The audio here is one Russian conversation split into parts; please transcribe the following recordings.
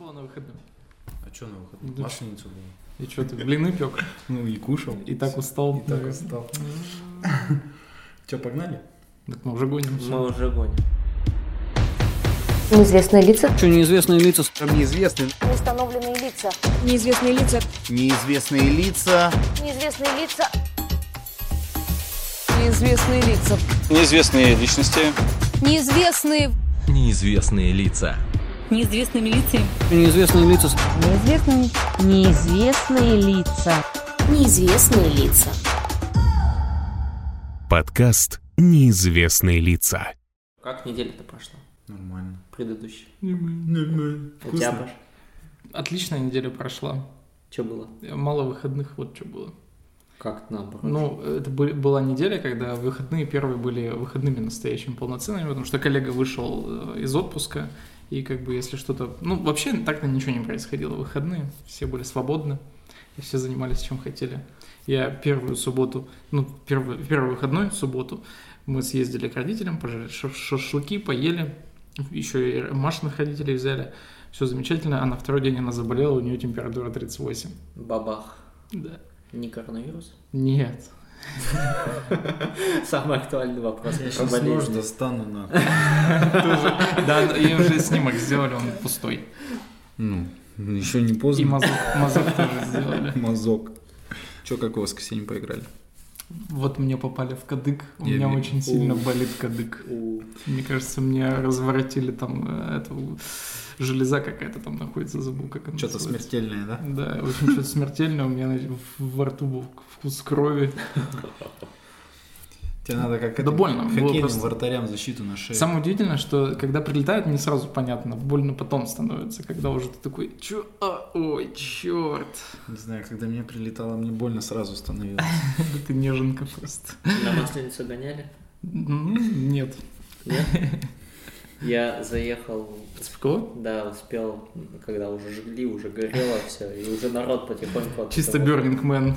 выходном. А что на выходных? Да Масленицу было. И что, ты блины пек? Ну и кушал. И так устал. И так устал. Че, погнали? Так мы уже гоним. Мы уже гоним. Неизвестные лица. Что, неизвестные лица? Неизвестные. Неустановленные лица. Неизвестные лица. Неизвестные лица. Неизвестные лица. Неизвестные лица. Неизвестные личности. Неизвестные. Неизвестные лица. Неизвестными лицами. Неизвестные лица. Неизвестные. Неизвестные лица. Неизвестные лица. Подкаст «Неизвестные лица». Как неделя-то прошла? Нормально. Предыдущая. Нормально. У тебя, Вкусно. Паш, Отличная неделя прошла. что было? Мало выходных, вот что было. Как наоборот? Ну, это бы- была неделя, когда выходные первые были выходными настоящими полноценными, потому что коллега вышел э, из отпуска, и как бы если что-то... Ну, вообще так-то ничего не происходило в выходные, все были свободны, и все занимались чем хотели. Я первую субботу, ну, первый, первый выходной, субботу, мы съездили к родителям, пожарили ша- шашлыки, поели, еще и Машиных родителей взяли, все замечательно, а на второй день она заболела, у нее температура 38. Бабах. Да. Не коронавирус? Нет, Самый актуальный вопрос. Я про сейчас болезни. нож достану нахуй. Да, я уже снимок сделали, он пустой. Ну, еще не И поздно. мазок, мазок тоже сделали. Мазок. Че, как в воскресенье поиграли? Вот мне попали в кадык. У Я меня вижу. очень сильно болит кадык. У- Мне кажется, мне разворотили там э, эту железа какая-то там находится, забыл, как она Что-то называется. смертельное, да? Да, очень что-то смертельное. У меня знаете, в- во рту был вкус крови. Тебе надо как Да больно, было Хоккейным просто. вратарям защиту на шею. Самое удивительное, что когда прилетают, не сразу понятно. Больно потом становится, когда уже ты такой, чё, А, ой, черт. Не знаю, когда мне прилетало, мне больно сразу становилось. Да ты неженка просто. На масленицу гоняли? Ну, Нет. Нет? Я заехал, Спекло? да, успел, когда уже жгли, уже горело все, и уже народ потихоньку... от Чисто этого- Burning Man.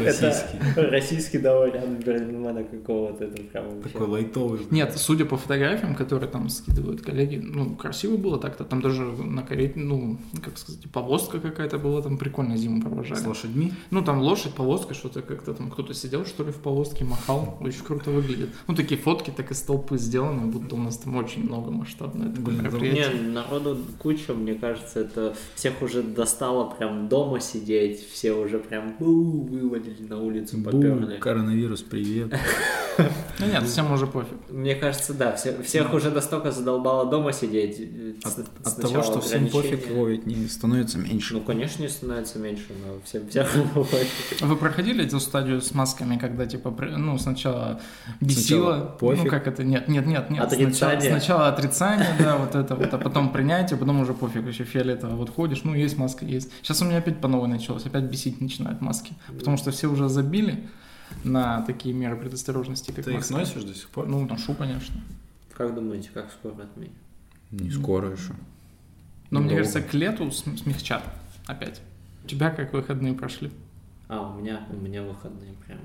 Российский. Это российский, а да, вариант Бернмена какого-то, это прям вообще. Такой лайтовый. Нет, судя по фотографиям, которые там скидывают коллеги, ну, красиво было так-то. Там даже на коре, ну, как сказать, повозка какая-то была, там прикольно зиму провожали. С лошадьми? Ну, там лошадь, повозка, что-то как-то там кто-то сидел, что ли, в повозке, махал. Очень круто выглядит. Ну, такие фотки так из толпы сделаны, будто у нас там очень много масштабное такое Блин, да мероприятие. Не, народу куча, мне кажется, это всех уже достало прям дома сидеть, все уже прям бу, вывалили на улицу, Бу, поперли. коронавирус, привет. Ну, нет, всем уже пофиг. Мне кажется, да, все- всех уже настолько задолбало дома сидеть. э, От, с- от сначала того, что всем пофиг, ограничения. его ведь не становится меньше. Ну, конечно, не становится меньше, но всем всем пофиг. Вы проходили эту стадию с масками, когда типа, при- ну, сначала бесило, Сначала пофиг. ну как это, нет, нет, нет, нет, сначала, Отрицание. сначала отрицание, да, вот это вот, а потом принятие, потом уже пофиг, еще фиолетово, вот ходишь, ну есть маска, есть. Сейчас у меня опять по новой началось, опять бесить начинают маски, потому что все уже забили на такие меры предосторожности, как Ты их маски. носишь до сих пор? Ну, ношу, конечно. Как думаете, как скоро отменят? Не скоро еще. Но мне Долго. кажется, к лету см- смягчат опять. У тебя как выходные прошли? А, у меня, у меня выходные прям...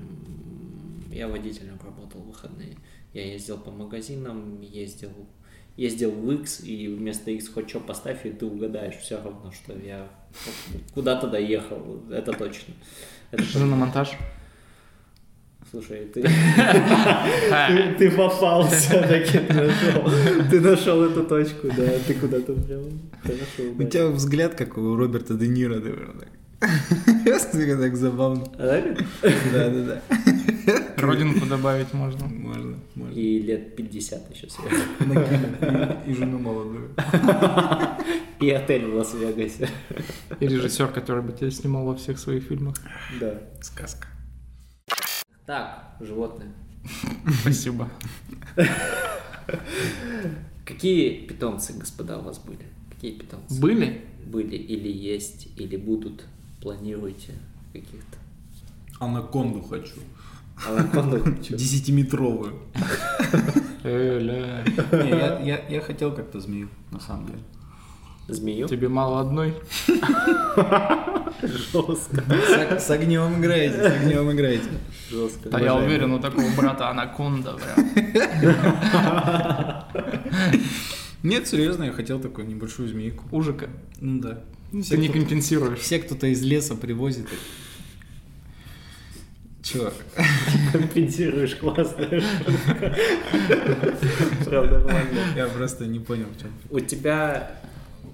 Я водителем работал в выходные. Я ездил по магазинам, ездил ездил в X, и вместо X хоть что поставь, и ты угадаешь все равно, что я куда-то доехал, это точно. Это Уже на монтаж? Слушай, ты, ты, ты попал все-таки, ты нашел, ты нашел эту точку, да, ты куда-то прям хорошо У угадал. тебя взгляд, как у Роберта Де Ниро, наверное. Так забавно. А, Да-да-да. Родинку добавить можно. Можно, можно. И лет 50 еще сверху. Накинь. И жену молодую. И отель в Лас-Вегасе. И режиссер, который бы тебя снимал во всех своих фильмах. Да. Сказка. Так, животные. Спасибо. Какие питомцы, господа, у вас были? Какие питомцы? Были? Были или есть, или будут? Планируете каких-то? Анаконду А хочу. Анаконду? Десятиметровую. Эля. Не, я- Я я хотел как-то змею, на самом деле. Змею? Тебе мало одной? Жестко. С с огнем играете, с огнем играете. Жестко. Да я уверен, у такого брата анаконда. прям. Нет, серьезно, я хотел такую небольшую змейку. Ужика. Ну да. Ты не компенсируешь. Все кто-то из леса привозит. Чё? Компенсируешь классно. Правда, нормально. Я просто не понял, в чем. У тебя...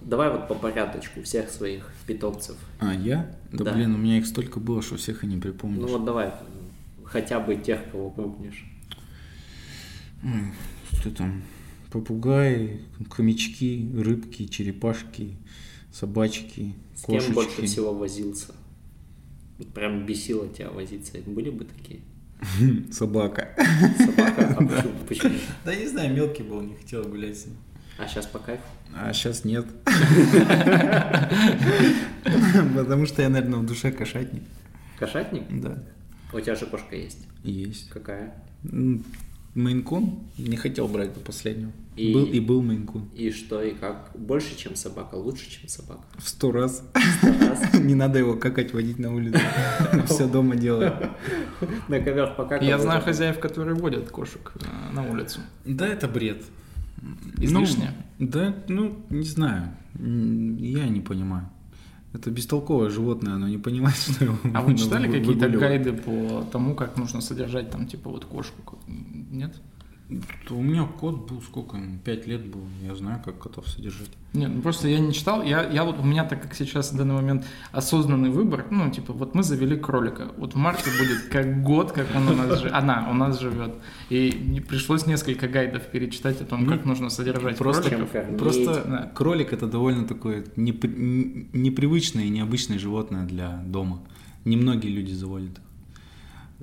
Давай вот по порядочку всех своих питомцев. А, я? Да, Да. блин, у меня их столько было, что всех и не припомнишь. Ну вот давай м, хотя бы тех, кого крупнешь. Ой, Что там? Попугаи, хомячки, рыбки, черепашки, собачки, С кошечки. кем больше всего возился? Вот Прям бесило тебя возиться. Были бы такие? Собака. Собака? А почему- почему? Да не знаю, мелкий был, не хотел гулять с ним. А сейчас по кайфу? А сейчас нет. Потому что я, наверное, в душе кошатник. Кошатник? Да. У тебя же кошка есть. Есть. Какая? М, Мейн-кун? Не хотел брать до последнего. И- Был и был мейн-кун. И что, и как? Больше, чем собака? Лучше, чем собака? В сто раз. Раз. Не надо его какать, водить на улицу. Все дома делает. На ковер пока. Я знаю хозяев, которые водят кошек э, на улицу. Да, это бред. Излишне? Ну, да, ну, не знаю. М, Я не понимаю. Это бестолковое животное, оно не понимает, что его А вы надо читали вы- какие-то выгуливать. гайды по тому, как нужно содержать там, типа, вот кошку? Нет? У меня кот был сколько? ему, Пять лет был. Я знаю, как котов содержать. Нет, ну просто я не читал. Я, я вот у меня, так как сейчас в данный момент осознанный выбор, ну, типа, вот мы завели кролика. Вот в марте будет как год, как он у нас жи- она у нас живет. И мне пришлось несколько гайдов перечитать о том, как нужно содержать Ну, просто кроликов. кормить. Просто э, Да. кролик это довольно такое непри- н- непривычное и необычное животное для дома. Немногие люди заводят их.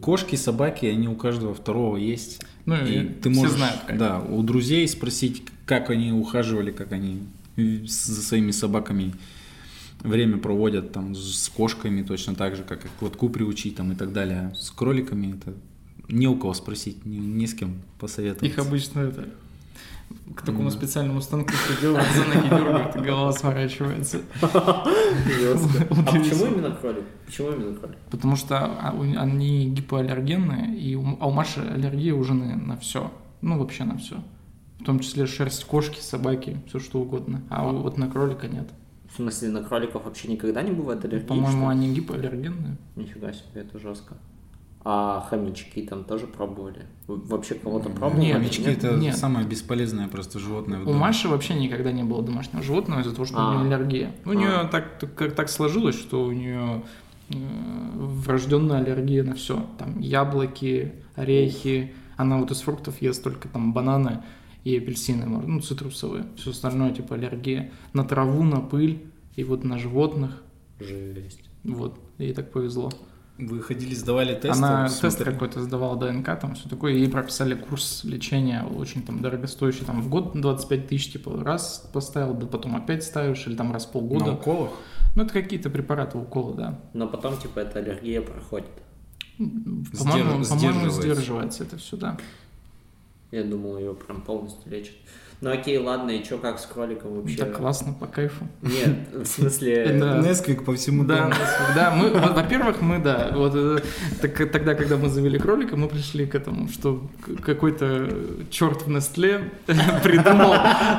Кошки, собаки, они у каждого второго есть. Ну, и ты все можешь, знают, как. да, у друзей спросить, как они ухаживали, как они э, с- за своими собаками время проводят там с кошками точно так же, как их к лотку приучить там и так далее. С кроликами это не у кого спросить, ни, ни с кем посоветовать. Их обычно это к такому специальному станку приделывают, за ноги дергают, и голова сворачивается. Жестко. А Вот и почему всё. именно кролик? Почему именно кролик? Потому что а, у- они гипоаллергенные, и у, а у Маши аллергия уже на, все. Ну, вообще на все. В том числе шерсть кошки, собаки, все что угодно. А у- вот на кролика нет. В смысле, на кроликов вообще никогда не бывает аллергии? По-моему, что ли? они гипоаллергенные. Нифига себе, это жестко. А хомячки там тоже пробовали? Вы Вообще кого-то пробовали? Хомячки Нет? Э, это нет. самое бесполезное просто животное. в У доме. Маши вообще никогда не было домашнего животного из-за того, что у А. нее аллергия. Ну, У А. нее так, так- как так сложилось, что у нее врожденная аллергия на все. Там яблоки, орехи. Она вот из фруктов ест только там бананы и апельсины, может, ну, цитрусовые. Все остальное типа аллергия. На траву, на пыль и вот на животных. Жесть. Вот, ей так повезло. Вы ходили, сдавали тесты? Она смотрели? тест какой-то сдавала ДНК, там все такое, и ей прописали курс лечения очень там дорогостоящий, там в год 25 тысяч, типа раз поставил, да потом опять ставишь, или там раз в полгода. На уколах? Ну, это какие-то препараты, уколы, да. Но потом, типа, эта аллергия проходит. М, Сдерж- По-моему, по-моему, сдерживается. сдерживается это все, да. Я думал, ее прям полностью лечат. Ну окей, ладно, и чё, как с кроликом вообще? Это классно, по кайфу. Нет, в смысле... Это- Да. Несквик по всему Да, дому. да, мы, во- во-первых, мы, да, вот э, так- тогда, когда мы завели кролика, мы пришли к этому, что к- какой-то черт в Нестле придумал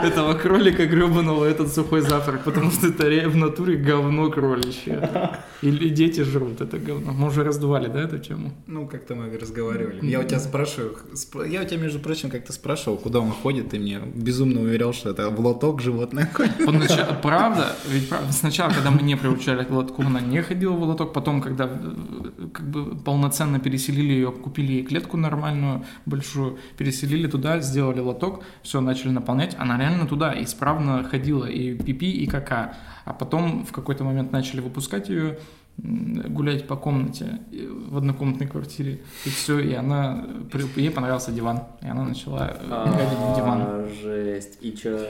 этого кролика гребаного этот сухой завтрак, потому что это ре- в натуре говно кроличье. Или дети жрут это говно. Мы уже раздували, да, эту тему? Ну, как-то мы разговаривали. Я у тебя спрашиваю, сп- я у тебя, между прочим, как-то спрашивал, куда он ходит, ты мне безумно уверял, что это в лоток животное ходит. Он нача- Правда, ведь прав- сначала, когда мы не приучали к лотку, она не ходила в лоток, потом, когда э, как бы полноценно переселили ее, купили ей клетку нормальную, большую, переселили туда, сделали лоток, все, начали наполнять, она реально туда исправно ходила, и пипи, и кака. А потом в какой-то момент начали выпускать ее, гулять по комнате э, в однокомнатной квартире, и все, и она, э, при- ей понравился диван, и она начала э, гадить на диван. А, Жесть. И чё,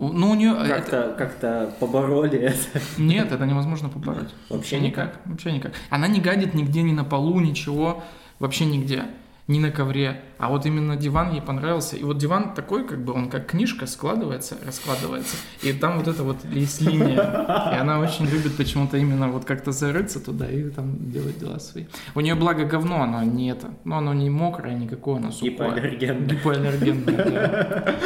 Ну, у нее... как-то как-то побороли это? Нет, это невозможно побороть. Вообще Вообще никак. Она не гадит нигде, ни на полу, ничего. Вообще нигде. Ни на ковре. А вот именно диван ей понравился. И вот диван такой, как бы, он как книжка складывается, раскладывается. И там вот это вот есть линия. И она очень любит почему-то именно вот как-то зарыться туда и там делать дела свои. У нее благо говно, оно не это. типа, Но оно не мокрое никакое, оно сухое. Гипоаллергенное. Гипоаллергенное, да.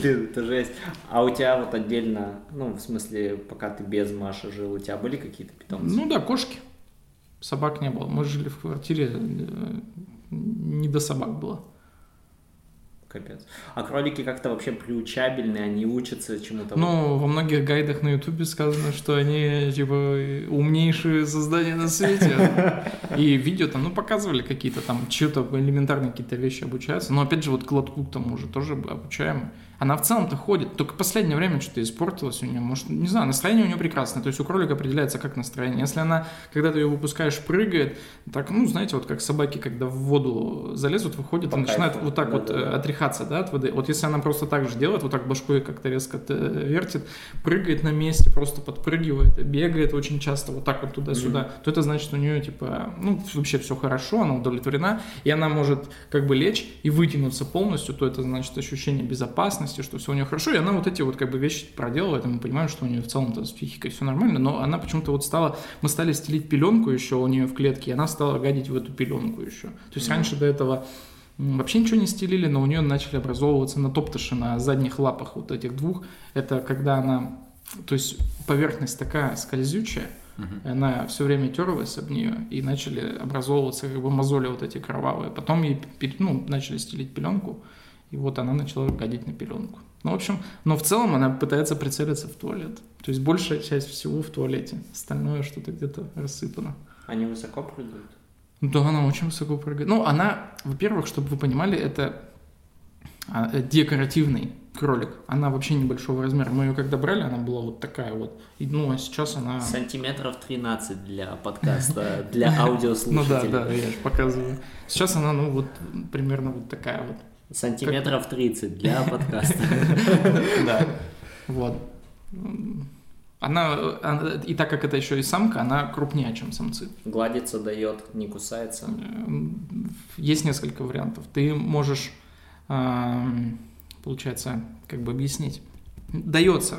Блин, это жесть. А у тебя вот отдельно, ну, в смысле, пока ты без Маши жил, у тебя были какие-то питомцы? Ну да, кошки. Собак не было. Мы жили в квартире, э, не до собак было. Капец. А кролики как-то вообще приучабельные, они учатся чему-то. Ну, во многих гайдах на Ютубе сказано, что они, типа, умнейшие создания на свете. И видео там, ну, показывали какие-то там, чьи-то элементарные какие-то вещи обучаются. Но, опять же, вот к лотку к тому же тоже обучаем. Она в целом-то ходит. Только в последнее время что-то испортилось у нее. Может, не знаю, настроение у нее прекрасное. То есть у кролика определяется как настроение. Если она, когда ты ее выпускаешь, прыгает, так, ну, знаете, вот как собаки, когда в воду залезут, выходят По и начинают кайфу. вот так вот Да-да-да. э, отряхаться, да, от воды. Вот если она просто так же делает, вот так башкой как-то резко т- вертит, прыгает на месте, просто подпрыгивает, бегает очень часто вот так вот туда-сюда, то это значит, у нее, типа, ну, вообще все хорошо, она удовлетворена, и она может как бы лечь и вытянуться полностью, то это значит ощущение безопасности, что все у нее хорошо, и она вот эти вот как бы вещи проделывает, и мы понимаем, что у нее в целом-то с психикой все нормально, но она почему-то вот стала, мы стали стелить пеленку еще у нее в клетке, и она стала гадить в эту пеленку еще. То есть раньше до этого М, Вообще ничего не стелили, но у нее начали образовываться натоптыши на задних лапах вот этих двух. Это когда она, то есть поверхность такая скользючая, и она все время терлась об нее, и начали образовываться как бы мозоли вот эти кровавые. Потом ей пер- ну, начали стелить пеленку, и вот она начала гадить на пеленку. Ну, в общем, но в целом она пытается прицелиться в туалет. То есть большая часть всего в туалете, остальное что-то где-то рассыпано. Они высоко прыгают. Ну, Да, она очень высоко прыгает. Ну, она, во-первых, чтобы вы понимали, это а, э, декоративный кролик. Она вообще небольшого размера. Мы ее когда брали, она была вот такая вот. И, ну, а сейчас она... Сантиметров 13 для подкаста, для Ну да, аудиослушателей. да, я же показываю. Сейчас она, ну, вот примерно вот такая вот. Сантиметров 30 для подкаста. Вот. М, Она, э, она- и так как это еще и самка, она крупнее, чем самцы. Гладится дает, не кусается. Эм, Есть несколько вариантов. Ты можешь, эм, получается, как бы объяснить. Дается,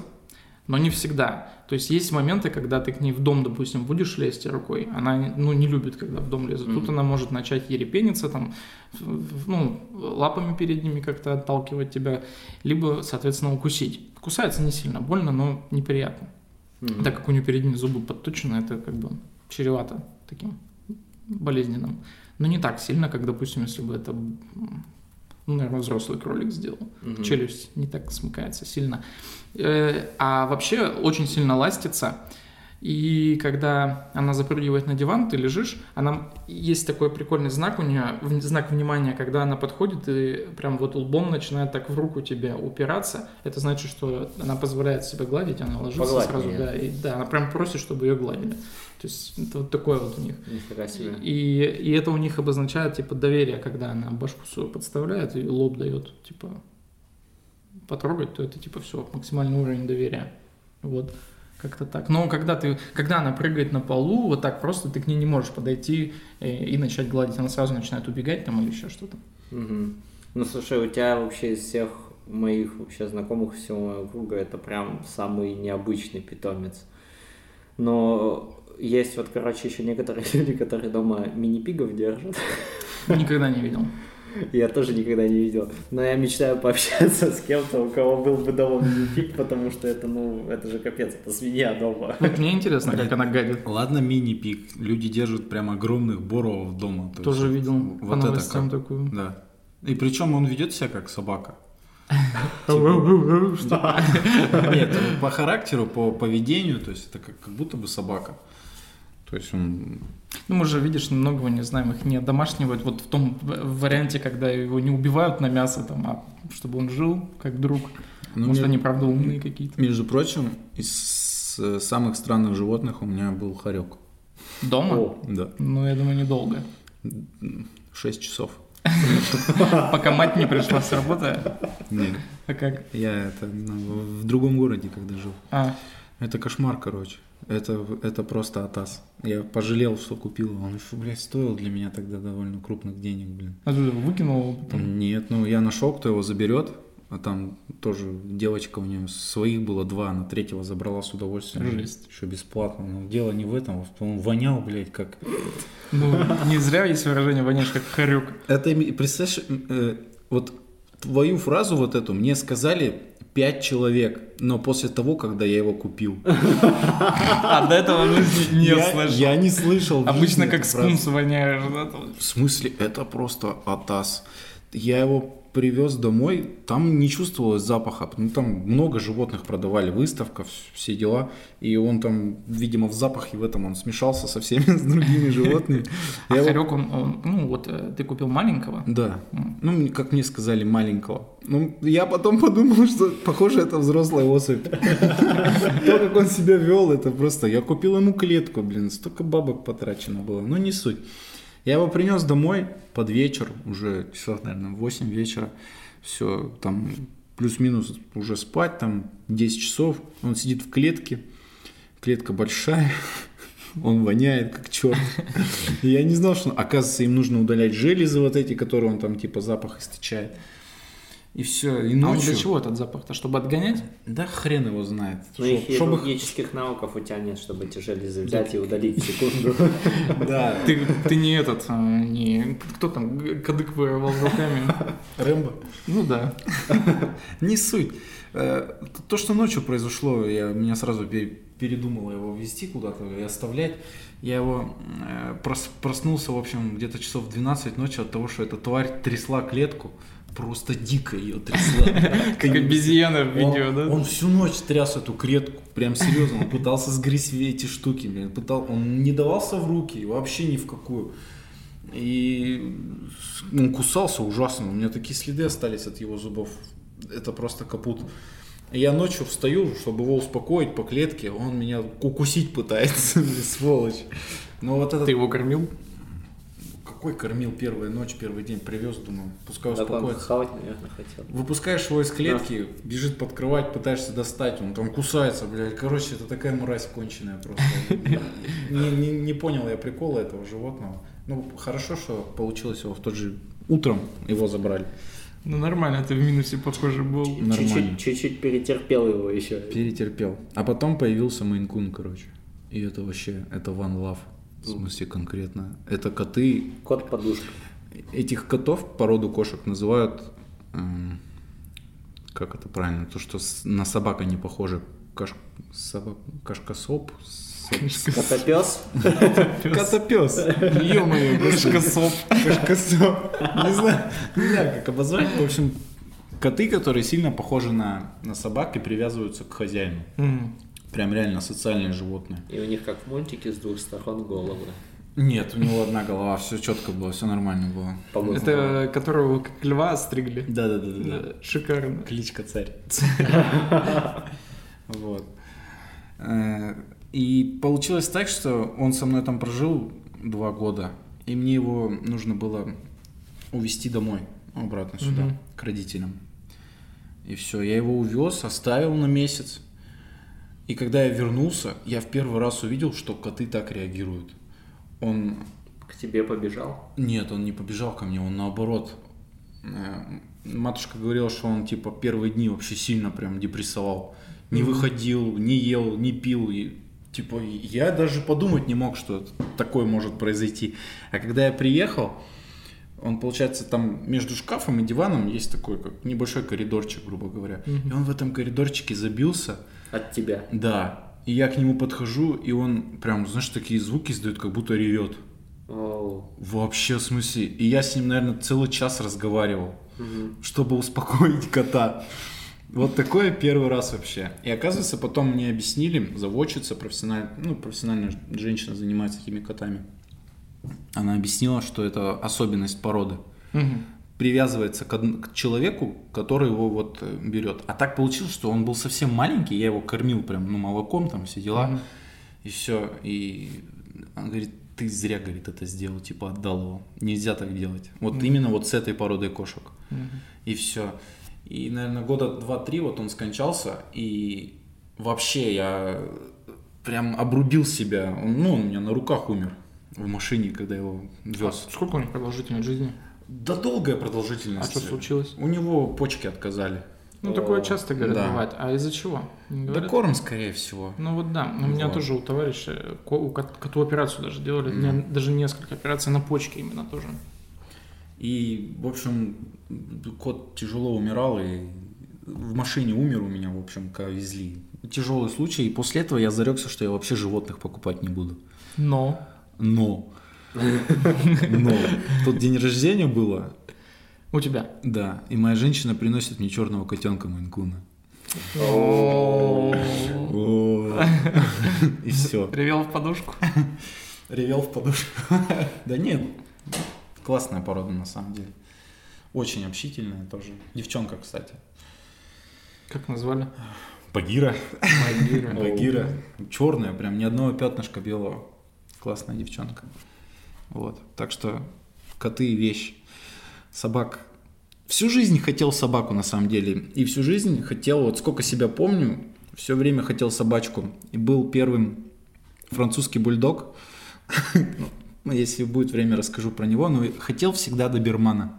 но не всегда. То есть есть моменты, когда ты к ней в дом, допустим, будешь лезть рукой. Она ну, не любит, когда в дом лезут. Тут Мгм. она может начать ерепениться, там, в- в- ну, лапами передними как-то отталкивать тебя, либо, соответственно, укусить. Кусается не сильно больно, но неприятно. Мгм. Так как у нее передние зубы подточены, это как бы чревато таким болезненным. Но не так сильно, как, допустим, если бы это, м, ну, наверное, взрослый кролик сделал. Мгм. Челюсть не так смыкается сильно. Э, а вообще очень сильно ластится. И когда она запрыгивает на диван, ты лежишь, она есть такой прикольный знак у нее, в- знак внимания, когда она подходит и прям вот лбом начинает так в руку тебе упираться. Это значит, что она позволяет себя гладить, она ложится Погладь сразу, меня. да, и да, она прям просит, чтобы ее гладили. То есть это вот такое вот у них. Нифига себе. И, и это у них обозначает, типа, доверие, когда она башку свою подставляет и лоб дает, типа, потрогать, то это, типа, все, максимальный уровень доверия. Вот, как-то так. Но когда ты, когда она прыгает на полу, вот так просто ты к ней не можешь подойти э, и, начать гладить, она сразу начинает убегать там или еще что-то. Мгм. Ну слушай, у тебя вообще из всех моих вообще знакомых всего моего круга это прям самый необычный питомец. Но есть вот, короче, еще некоторые люди, которые дома мини-пигов держат. Никогда не видел. Я тоже никогда не видел. Но я мечтаю пообщаться с кем-то, у кого был бы дома мини-пиг, потому что это, ну, это же капец, это свинья дома. Вот мне интересно, как она гадит. Ладно, мини-пик. Люди держат прям огромных боровов дома. То Тоже есть видел по Вот это новостям как. такую. Да. И причем он ведет себя как собака. Типа. Что? Нет, он по характеру, по поведению, то есть это как, как будто бы собака. То есть он... Ну, мы же, видишь, многого не знаем, их не одомашнивают. Вот в том в- в варианте, когда его не убивают на мясо, там, а чтобы он жил как друг. Ну, Может, мне- они, правда, умные какие-то. Между прочим, из э, самых странных животных у меня был хорек. Дома? О, Да. Ну, я думаю, недолго. 6 часов. Пока мать не пришла с работы. Нет, А как? я это ну, в другом городе, когда жил. А, Это кошмар, короче. Это, это просто атас. Я пожалел, что купил. его. Он еще, блядь, стоил для меня тогда довольно крупных денег, блин. оттуда выкинул его потом. Нет, ну я нашел, кто его заберет. А там тоже девочка у нее своих было два, она третьего забрала с удовольствием. Жесть. Еще бесплатно. Но дело не в этом, он вонял, блядь, как... Ну, не зря есть выражение «воняешь как хорек». Это, ми- представляешь, м, э, вот Твою фразу вот эту мне сказали пять человек, но после того, когда я его купил. А до этого не я, я не слышал. Обычно жизни как эту фразу. скунс воняешь. да, там. В смысле, это просто атас. Я его привез домой, там не чувствовалось запаха. Ну, там много животных продавали, выставка, вс- все дела. И он там, видимо, в запахе в этом он смешался со всеми с другими животными. А Я его- хорек, он, он- ну вот э, ты купил маленького. Да. М. Ну, мне- как мне сказали, маленького. Ну, я потом подумал, что, похоже, это взрослая особь. То, как он себя вел, это просто... Я купил ему клетку, блин, столько бабок потрачено было. Ну, не суть. Я его принес домой под вечер, уже часов, наверное, 8 вечера. Все, там плюс-минус уже спать, там 10 часов. Он сидит в клетке. Клетка большая. Он воняет, как черт. И Я не знал, что, оказывается, им нужно удалять железы вот эти, которые он там типа запах источает. И все, и А он ночью... для чего этот запах-то? Чтобы отгонять? Да хрен его знает. Ну и Чтоб- чтоб их- хирургических навыков у тебя нет, чтобы эти железы взять и удалить в секунду. Да, Ты, ты не этот, э, не... Кто там г- кадык вырывал руками? Рэмбо. Ну да. Не суть. Э, То, что ночью произошло, я, меня сразу пе- передумало его везти куда-то и оставлять. Я его э, прос- проснулся, в общем, где-то часов в 12 ночи от того, что эта тварь трясла клетку. Просто дико ее трясла. Как обезьяна в Он- видео, да? Он всю ночь тряс эту клетку, прям серьезно. Он пытался сгрызть эти штуки, блин, пытал, он не давался в руки, вообще ни в какую. И ну, он кусался ужасно, у меня такие следы остались от его зубов. Это просто капут. И Я ночью встаю, чтобы его успокоить по клетке, он меня укусить пытается, блин, сволочь. Но вот этот... Ты его кормил? Какой кормил первую ночь, первый день, привез, думаю, пускай Так он успокоится. хавать, наверное, хотел. Выпускаешь его из клетки, бежит под кровать, пытаешься достать, он там кусается, блядь. Короче, это такая мразь конченая просто. Не, не- не понял я прикола этого животного. Ну, хорошо, что получилось его в тот же... Утром его забрали. Ну нормально, ты в минусе, похоже, был. Нормально. Чуть-чуть чуть-чуть перетерпел его еще. Перетерпел. А потом появился Мейнкун, короче. И это вообще, это One Love. В смысле конкретно. Это коты. Кот подушка. Этих котов породу кошек называют... эм, как это правильно, то, что с- на собака не похоже, Каш... собак... кашкасоп, Котопес. котопес, ё-моё, кашкасоп, не знаю, не знаю, как обозвать, в общем, коты, которые сильно похожи на, на собак и привязываются к хозяину, М. прям реально социальные животные. И у них как в мультике с двух сторон головы. Нет, у него одна голова, все четко было, все нормально было. Погода. Это которого как льва стригли. Да-да-да. Да, Шикарно. Кличка царь. Вот. Э, И получилось так, что он со мной там прожил два года, и мне его нужно было увезти домой, ну, обратно сюда, Мгм. к родителям. И все, я его увез, оставил на месяц. И когда я вернулся, я в первый раз увидел, что коты так реагируют. Он К тебе побежал. нет, он не побежал ко мне, он наоборот. Э, Матушка говорила, что он типа первые дни вообще сильно прям депрессовал. Не выходил, не ел, не пил. И, типа я даже подумать не мог, что это- такое может произойти. А когда я приехал, он, получается, там между шкафом и диваном есть такой как небольшой коридорчик, грубо говоря. И он в этом коридорчике забился. От тебя. Да. И я к нему подхожу, и он прям, знаешь, такие звуки издает, как будто ревет. Оу. Вообще, в смысле? И я с ним, наверное, целый час разговаривал, Мгм. чтобы успокоить кота. Вот такое первый раз вообще. И оказывается, потом мне объяснили, заводчица профессиональ... ну, профессиональная ж- женщина занимается такими котами. Она объяснила, что это особенность породы. Мгм. Привязывается к, од- к человеку, который его вот э, берет. А так получилось, что он был совсем маленький, я его кормил прям ну, молоком, там все дела. Мгм. И все. И он говорит, ты зря, говорит, это сделал, типа отдал его. Нельзя так делать. Вот именно вот с этой породой кошек. Мгм. И все. И, наверное, года два-три вот он скончался, и вообще я прям обрубил себя. Он, ну, он у меня на руках умер в машине, когда я его вез. Сколько у них продолжительность жизни? Да долгая А продолжительность. что случилось? У него почки отказали. Ну, такое часто говорят, да. бывает. А из-за чего? Не Да говорят? корм, скорее всего. Ну вот да, у меня Вот. тоже у товарища, ко- у кот- коту операцию даже делали, у меня даже несколько операций на почке именно тоже. И, в общем, кот тяжело умирал, и в машине умер у меня, в общем, когда везли. Тяжелый случай, и после этого я зарекся, что я вообще животных покупать не буду. Но. Но. Но. Тут день рождения было, У тебя. да, и моя женщина приносит мне черного котенка Майнкуна. О. И все. Ревел в подушку. Ревел в подушку. Да нет, классная порода на самом деле. Очень общительная тоже. Девчонка, кстати. Как назвали? Багира. Магира. Багира. Черная, прям ни одного пятнышка белого. Классная девчонка. Вот. Так что коты и вещь. Собак. Всю жизнь хотел собаку, на самом деле. И всю жизнь хотел, вот сколько себя помню, все время хотел собачку. И был первым французский бульдог. Ну, если будет время, расскажу про него. Но хотел всегда добермана.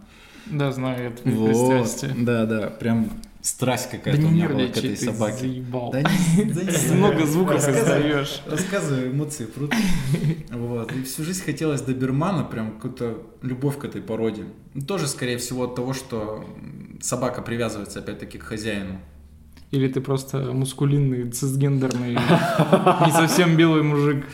Да, знаю, это Вот. пристрастие. Да, да, прям страсть Да какая-то у не меня была к нервничай, этой ты собаке. заебал. Да не- да не- Много звуков Рассказывай. издаешь. Рассказываю эмоции прут. Вот. И всю жизнь хотелось добермана, прям какую-то любовь к этой породе. Ну, Тоже, скорее всего, от того, что м, собака привязывается опять-таки к хозяину. Или ты просто мускулинный, цисгендерный, не совсем белый мужик.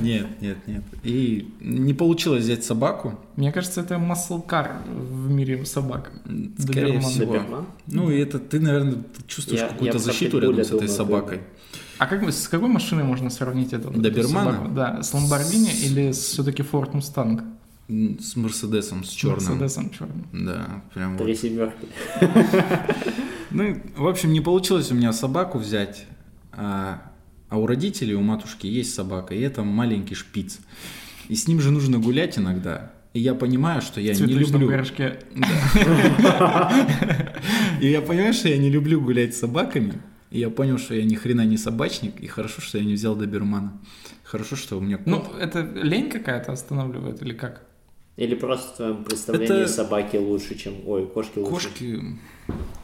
Нет, нет, нет. И не получилось взять собаку. Мне кажется, это маслкар в мире собак. м, Скорее Доберман. всего. Доберман? Ну, и это ты, наверное, чувствуешь Я- какую-то я про защиту питбуля рядом с этой думал, собакой. А как, вы- с какой машиной можно сравнить это? вот эту Добермана? собаку? Да, с Ламборгини или все-таки Форд Мустанг? М, С Мерседесом, с черным. Мерседесом черным. Да, прям вот. Три семерки. Ну, и, в общем, не получилось у меня собаку взять, а, а у родителей, у матушки есть собака, и это маленький шпиц. И с ним же нужно гулять иногда. И я понимаю, что я В не цветочном люблю... горшке. И я понимаю, что я не люблю гулять с собаками. И я понял, что я ни хрена не собачник, и хорошо, что я не взял добермана. Хорошо, что у меня кот. Ну, это лень какая-то останавливает или как? Или просто в твоем представлении Это- собаки лучше, чем... Ой, кошки лучше. кошки...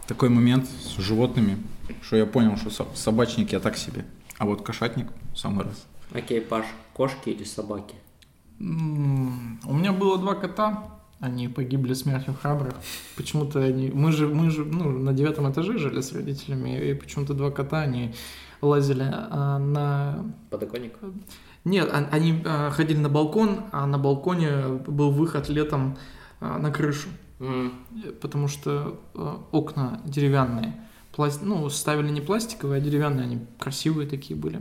Такой момент с животными, что я понял, что со- собачник я так себе. А вот кошатник в самый раз. Окей, Паш, кошки или собаки? М, У меня было два кота, они погибли смертью храбрых. Почему-то они... Мы же, мы же ну, на девятом этаже жили с родителями, и почему-то два кота, они лазили а, на... Подоконник? Нет, он- они а, ходили на балкон, а на балконе был выход летом а, на крышу, М, Э, потому что э, окна деревянные. Пласт... Ну, ставили не пластиковые, а деревянные, они красивые такие были.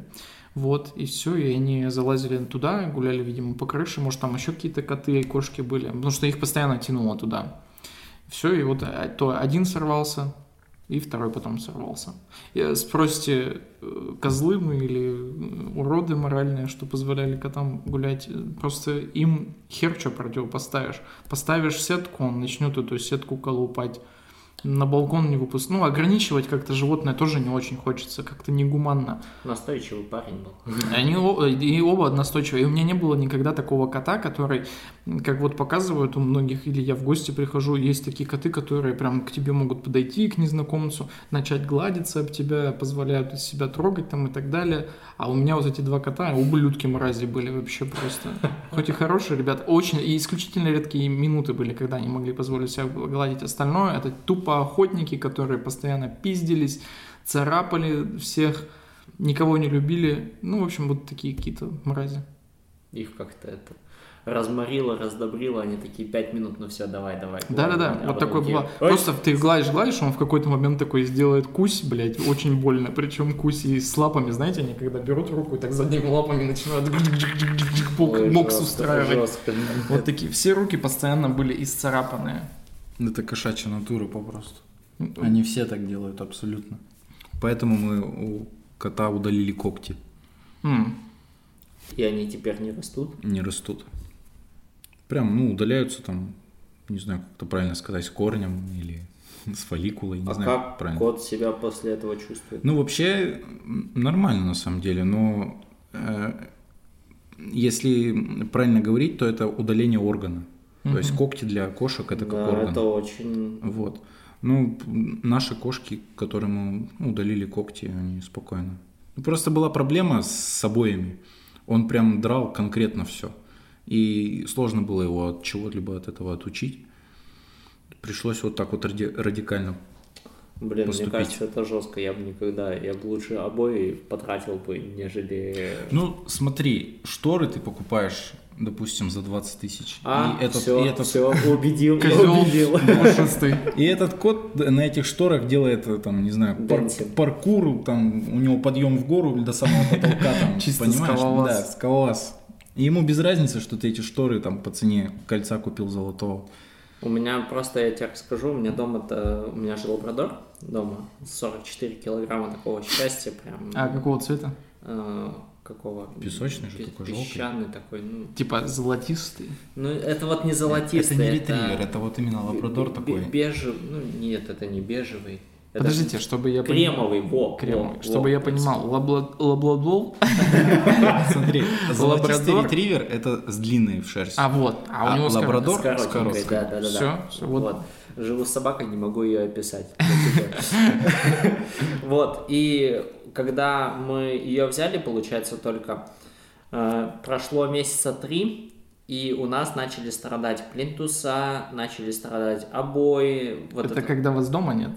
Вот, и все, и они залазили туда, гуляли, видимо, по крыше, может, там еще какие-то коты и кошки были, потому что их постоянно тянуло туда. Все, и вот а, то один сорвался, и второй потом сорвался. И Спросите, э, козлы мы или э, уроды моральные, что позволяли котам гулять. Э, Просто им хер что противопоставишь. Поставишь сетку, он начнет эту сетку колупать. На балкон не выпускать. Ну, ограничивать как-то животное тоже не очень хочется, как-то негуманно. Настойчивый парень был. Они о- и оба настойчивые. И у меня не было никогда такого кота, который, как вот показывают у многих, или я в гости прихожу, есть такие коты, которые прям к тебе могут подойти, к незнакомцу, начать гладиться об тебя, позволяют себя трогать там и так далее. А у меня вот эти два кота, ублюдки мрази были вообще просто. Хоть и хорошие, ребят, очень, и исключительно редкие минуты были, когда они могли позволить себе гладить остальное. Это тупо охотники, которые постоянно пиздились, царапали всех, никого не любили. Ну, в общем, вот такие какие-то мрази. Их как-то это разморило, раздобрило, они такие пять минут, ну все, давай, давай. Да-да-да, гуляй». А вот потом такое такие, было. «Ой, Просто ты гладишь, гладишь, он в какой-то момент такой сделает кусь, блядь, очень больно. Причем кусь и с лапами, знаете, они когда берут руку и так задними лапами начинают бок- ой, бокс жестко, устраивать. жестко». Вот такие, все руки постоянно были исцарапанные. Это кошачья натура попросту. Они все так делают абсолютно. Ну, Поэтому мы у кота удалили когти. М. И они теперь не растут. Не растут. Прям, ну, удаляются там, не знаю, как это правильно сказать, с корнем или с фолликулой, не а знаю, как правильно. кот себя после этого чувствует? Ну, вообще, м, нормально на самом деле, но э, если правильно говорить, то это удаление органа. То есть когти для кошек это как да, орган. это очень... Вот. Ну, п- наши кошки, которым ну, удалили когти, они спокойно. Ну, Просто была проблема с обоями. Он прям драл конкретно все. И сложно было его от чего-либо от этого отучить. Пришлось вот так вот ради- радикально. Блин, поступить. мне кажется, это жестко. Я бы никогда, я бы лучше обои потратил бы, нежели... Ну, смотри, шторы ты покупаешь, допустим, за 20 тысяч. а, и этот, все, и этот все, убедил, Козел убедил. пушистый. И этот кот на этих шторах делает, э, там, не знаю, пар- Дэнсинг. паркур, там, у него подъем в гору до самого потолка, там, Чисто понимаешь? скалолаз. Да, скалолаз. И ему без разницы, что ты эти шторы там по цене кольца купил золотого. У меня просто, я тебе расскажу, у меня дома-то, у меня же лабрадор дома, 44 килограмма такого счастья, прям... А какого цвета? э, какого? Песочный же Пе- такой, желтый. Песчаный такой, ну... Типа золотистый. Ну, это вот не золотистый, это не ретривер, это вот именно лабрадор бе- такой. Бежевый, ну нет, это не бежевый. Это Подождите, чтобы я... пони- Кремовый, во, Кремовый. во, чтобы во. я понимал, лабла- лабладол... Смотри, золотистый Лабрадор. ретривер это с длинной в шерсти. А вот, а у А него скажут, лабрадор? С коротенькой, С коровкой. да, да, да, да. Всё, всё, вот. Живу с собакой, не могу ее описать. Вот. Вот, и когда мы ее взяли, получается, только э, прошло месяца три, и у нас начали страдать плинтуса, начали страдать обои. Вот это когда вас дома нет.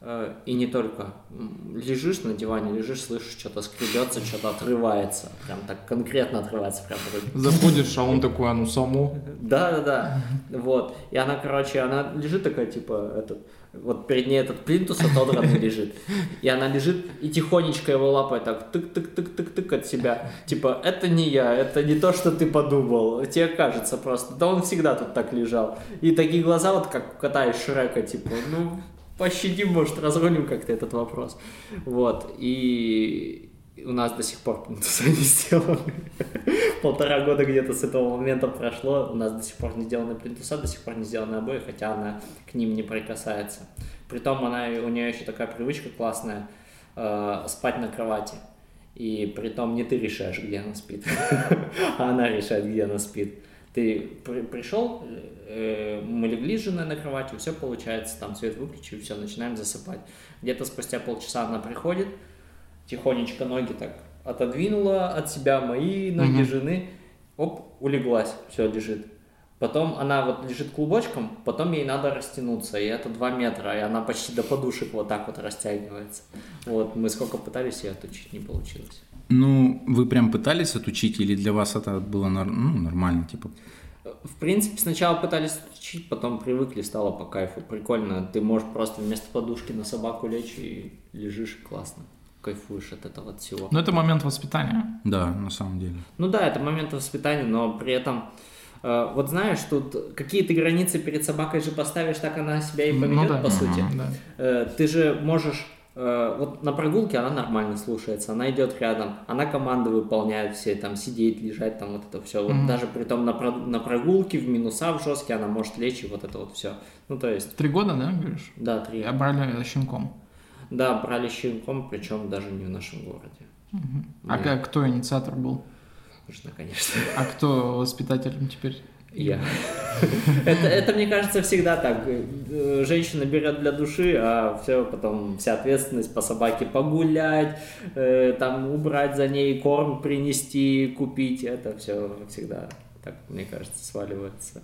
Э, И не только. М, Лежишь на диване, лежишь, слышишь, что-то скребется, что-то отрывается. Прям так конкретно отрывается. Прям такой... Заходишь, а он такой, а ну само. Да-да-да. Вот. И она, короче, она лежит такая, типа, этот... Вот перед ней этот плинтус отодранный лежит. И она лежит и тихонечко его лапает так тык-тык-тык-тык-тык от себя. Типа, это не я, это не то, что ты подумал. Тебе кажется просто. Да он всегда тут так лежал. И такие глаза вот как у кота из Шрека, типа, ну, пощадим, может, разрулим как-то этот вопрос. Вот. И у нас до сих пор плинтуса не сделаны. Полтора года где-то с этого момента прошло, у нас до сих пор не сделаны плинтуса, до сих пор не сделаны обои, хотя она к ним не прикасается. Притом она, у нее еще такая привычка классная, э, спать на кровати. И притом не ты решаешь, где она спит, а она решает, где она спит. Ты при- пришел, э, мы легли с женой на кровати, все получается, там свет выключил, все, начинаем засыпать. Где-то спустя полчаса она приходит, тихонечко ноги так отодвинула от себя мои ноги жены, оп, улеглась, все лежит. Потом она вот лежит клубочком, потом ей надо растянуться, и это 2 метра, и она почти до подушек вот так вот растягивается. Вот, мы сколько пытались ее отучить, не получилось. Ну, вы прям пытались отучить, или для вас это было нор- ну, нормально, типа. В принципе, сначала пытались отучить, потом привыкли, стало по кайфу. Прикольно, ты можешь просто вместо подушки на собаку лечь и лежишь, классно. Кайфуешь от этого от всего. Но Ну, это момент воспитания. Да, на самом деле. Ну да, это момент воспитания, но при этом, э, вот знаешь, тут какие ты границы перед собакой же поставишь, так она себя и поведет, Ну да. по сути. Да. Э, ты же можешь, э, вот на прогулке она нормально слушается, она идет рядом, она команды выполняет все, там сидеть, лежать, там вот это все. Вот даже при том на, про- на прогулке, в минуса, в жестке она может лечь и вот это вот все. Ну то есть, Три года, да, говоришь? да, три. Я брали щенком. Да, брали щенком, причем даже не в нашем городе. А Да. к- кто инициатор был? Жена, конечно. А кто воспитателем теперь? Я. это, это, мне кажется, всегда так. Э, Женщина берет для души, а все потом вся ответственность по собаке погулять, э, там убрать за ней, корм принести, купить. Это все всегда так, мне кажется, сваливается.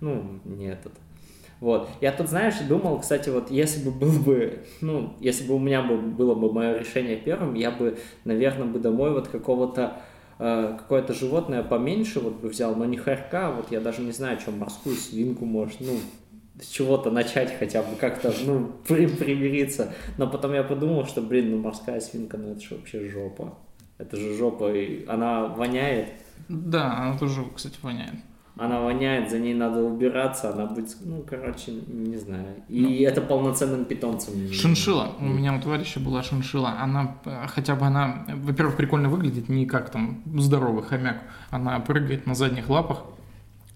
Ну, не этот. Вот. Я тут, знаешь, думал, кстати, вот если бы был бы, ну, если бы у меня бы было бы мое решение первым, я бы, наверное, бы домой вот какого-то э, какое-то животное поменьше вот бы взял, но не хорька, а вот я даже не знаю, что морскую свинку может, ну, с чего-то начать хотя бы как-то, ну, при- примириться. Но потом я подумал, что, блин, ну, морская свинка, ну, это же вообще жопа. Это же жопа, и она воняет, Да, она тоже, кстати, воняет. она воняет, за ней надо убираться, она будет, ну, короче, не знаю. И Ну. это полноценным питомцем. не- Шиншила. У меня у товарища была шиншила. Она, э, хотя бы она, э, во-первых, прикольно выглядит, не как там здоровый хомяк. Она прыгает на задних лапах.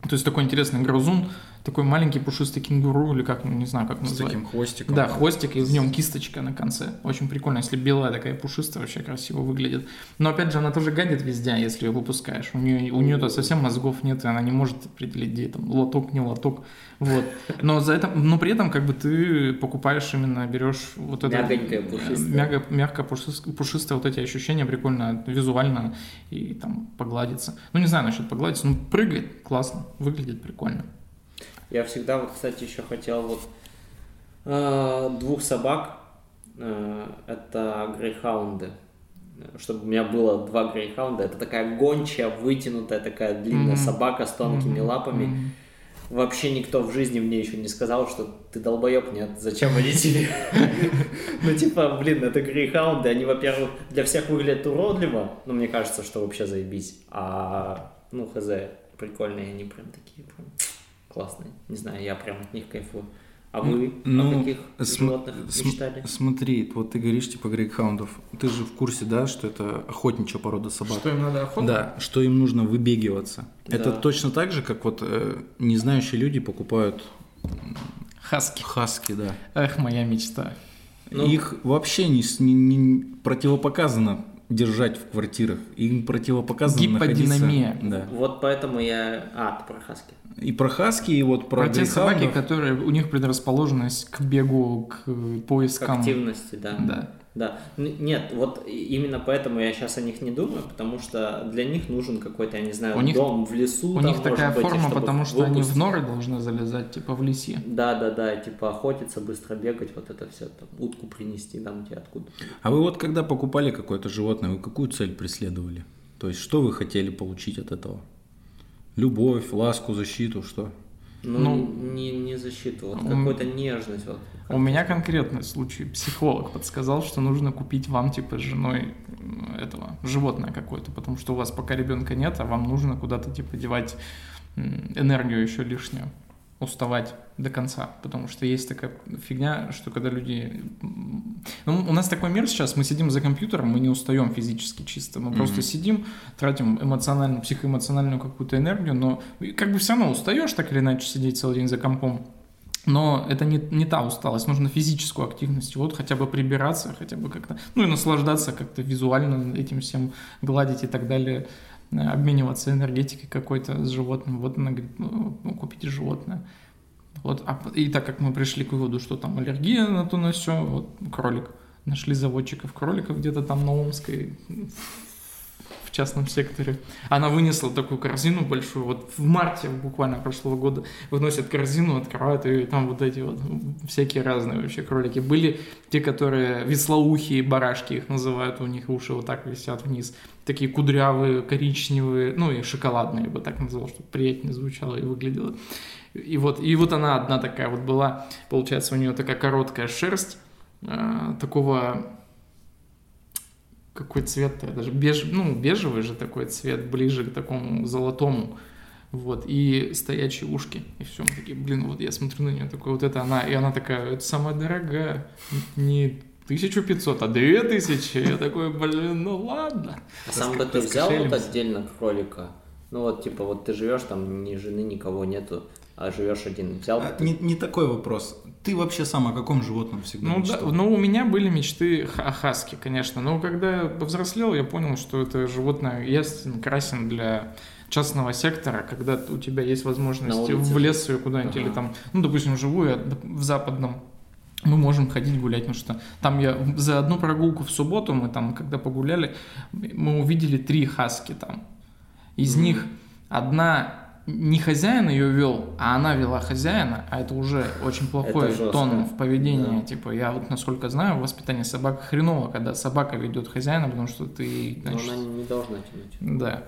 То есть такой интересный грызун, такой маленький пушистый кенгуру, или как, ну, не знаю, как С назвать. таким хвостиком. Да, хвостик, и в нем кисточка на конце. Очень прикольно, если белая такая пушистая, вообще красиво выглядит. Но опять же, она тоже гадит везде, если ее выпускаешь. У нее, у нее-то совсем мозгов нет, и она не может определить, где там лоток, не лоток. Вот. Но за это, но при этом, как бы ты покупаешь именно, берешь вот это... Мягонькое, пушистое. Мяго- мягко пушис- пушистое, вот эти ощущения прикольно, визуально, и там погладится. Ну, не знаю насчет погладиться, но прыгает классно, выглядит прикольно. Я всегда, вот, кстати, еще хотел вот э, двух собак. Э, это грейхаунды. Чтобы у меня было два грейхаунда. Это такая гончая, вытянутая такая Мгм. длинная собака с тонкими лапами. Вообще никто в жизни мне еще не сказал, что ты долбоеб, нет, зачем они тебе? Ну, типа, блин, это грейхаунды, они, во-первых, для всех выглядят уродливо, но мне кажется, что вообще заебись. А, ну, хз, прикольные они прям такие, прям классные. Не знаю, я прям от них кайфую. А вы о каких см- животных см- мечтали? Смотри, вот ты говоришь типа грейхаундов. Ты же в курсе, да, что это охотничья порода собак? Что им надо охота? Да, что им нужно выбегиваться. Это Да. точно так же, как вот э, незнающие люди покупают Хаски. хаски, да. Эх, моя мечта. Ну. Их вообще не, с- не- не противопоказано держать в квартирах. Им противопоказано Гиподинамия. находиться- Вот поэтому я... А, ты про хаски. Да. И про хаски, и вот про, Про те собаки, грейхаундов. которые у них предрасположенность к бегу, к э, К поискам. активности, да. Да. Да. Н- Нет, вот и- именно поэтому я сейчас о них не думаю, потому что для них нужен какой-то, я не знаю, У них- дом в лесу. У Ну, там, них может такая быть, и форма, чтобы потому что они в выпустить. норы должны залезать, типа в лесе. Да, да, да, типа охотиться, быстро бегать, вот это все, там, утку принести, там тебе откуда. А вы вот когда покупали какое-то животное, вы какую цель преследовали? То есть что вы хотели получить от этого? Любовь, ласку, защиту, что? Ну, Ну, не, не защиту, вот м, какую-то нежность. Вот. У меня конкретный случай. Психолог подсказал, что нужно купить вам, типа, с женой м, этого животное какое-то, потому что у вас пока ребенка нет, а вам нужно куда-то, типа, девать м, энергию еще лишнюю, уставать до конца, потому что есть такая фигня, что когда люди... м, Ну, у нас такой мир сейчас, мы сидим за компьютером, мы не устаем физически чисто, мы просто сидим, тратим эмоциональную, психоэмоциональную какую-то энергию, но и как бы все равно устаешь так или иначе сидеть целый день за компом, но это не, не та усталость, нужно физическую активность. Вот хотя бы прибираться, хотя бы как-то, ну и наслаждаться как-то визуально этим всем, гладить и так далее, э, обмениваться энергетикой какой-то с животным. Вот она говорит, ну, ну, купите животное. Вот, а п- и так как мы пришли к выводу, что там аллергия на то на все, вот кролик. Нашли заводчиков кроликов где-то там на Омской, в частном секторе. Она вынесла такую корзину большую, вот в марте буквально прошлого года выносят корзину, открывают ее, и там вот эти вот всякие разные вообще кролики. Были те, которые веслоухие, барашки их называют, у них уши вот так висят вниз, такие кудрявые, коричневые, ну и шоколадные, я бы так назвал, чтобы приятнее звучало и выглядело. И вот, и вот она одна такая вот была, получается, у нее такая короткая шерсть, э, такого какой цвет-то? Это же беж... ну, бежевый же такой цвет, ближе к такому золотому. Вот, и стоячие ушки. И все, мы такие, блин, вот я смотрю на нее, такой, вот это она, и она такая, это самая дорогая, не 1500, а 2000. Я такой, блин, ну ладно. А сам бы ты взял вот отдельно кролика? Ну вот, типа, вот ты живешь там, ни жены, никого нету, а живешь один. Взял бы ты? Не, не такой вопрос. Ты вообще сам о каком животном всегда Ну, да, мечтал? ну, у меня были мечты х- о хаске, конечно. Но когда я повзрослел, я понял, что это животное ясен, красен для частного сектора, когда т- у тебя есть возможность На улице в лес ее куда-нибудь или Ага. там, ну, допустим, живу я доп- в западном мы можем ходить гулять, потому что там я за одну прогулку в субботу, мы там, когда погуляли, мы увидели три хаски там. Из них одна не хозяин ее вел, а она вела хозяина, а это уже очень плохой Это жестко. тон в поведении. Типа, я вот насколько знаю, воспитание собак хреново, когда собака ведет хозяина, потому что ты, Но значит, ну, она не должна тянуть. да.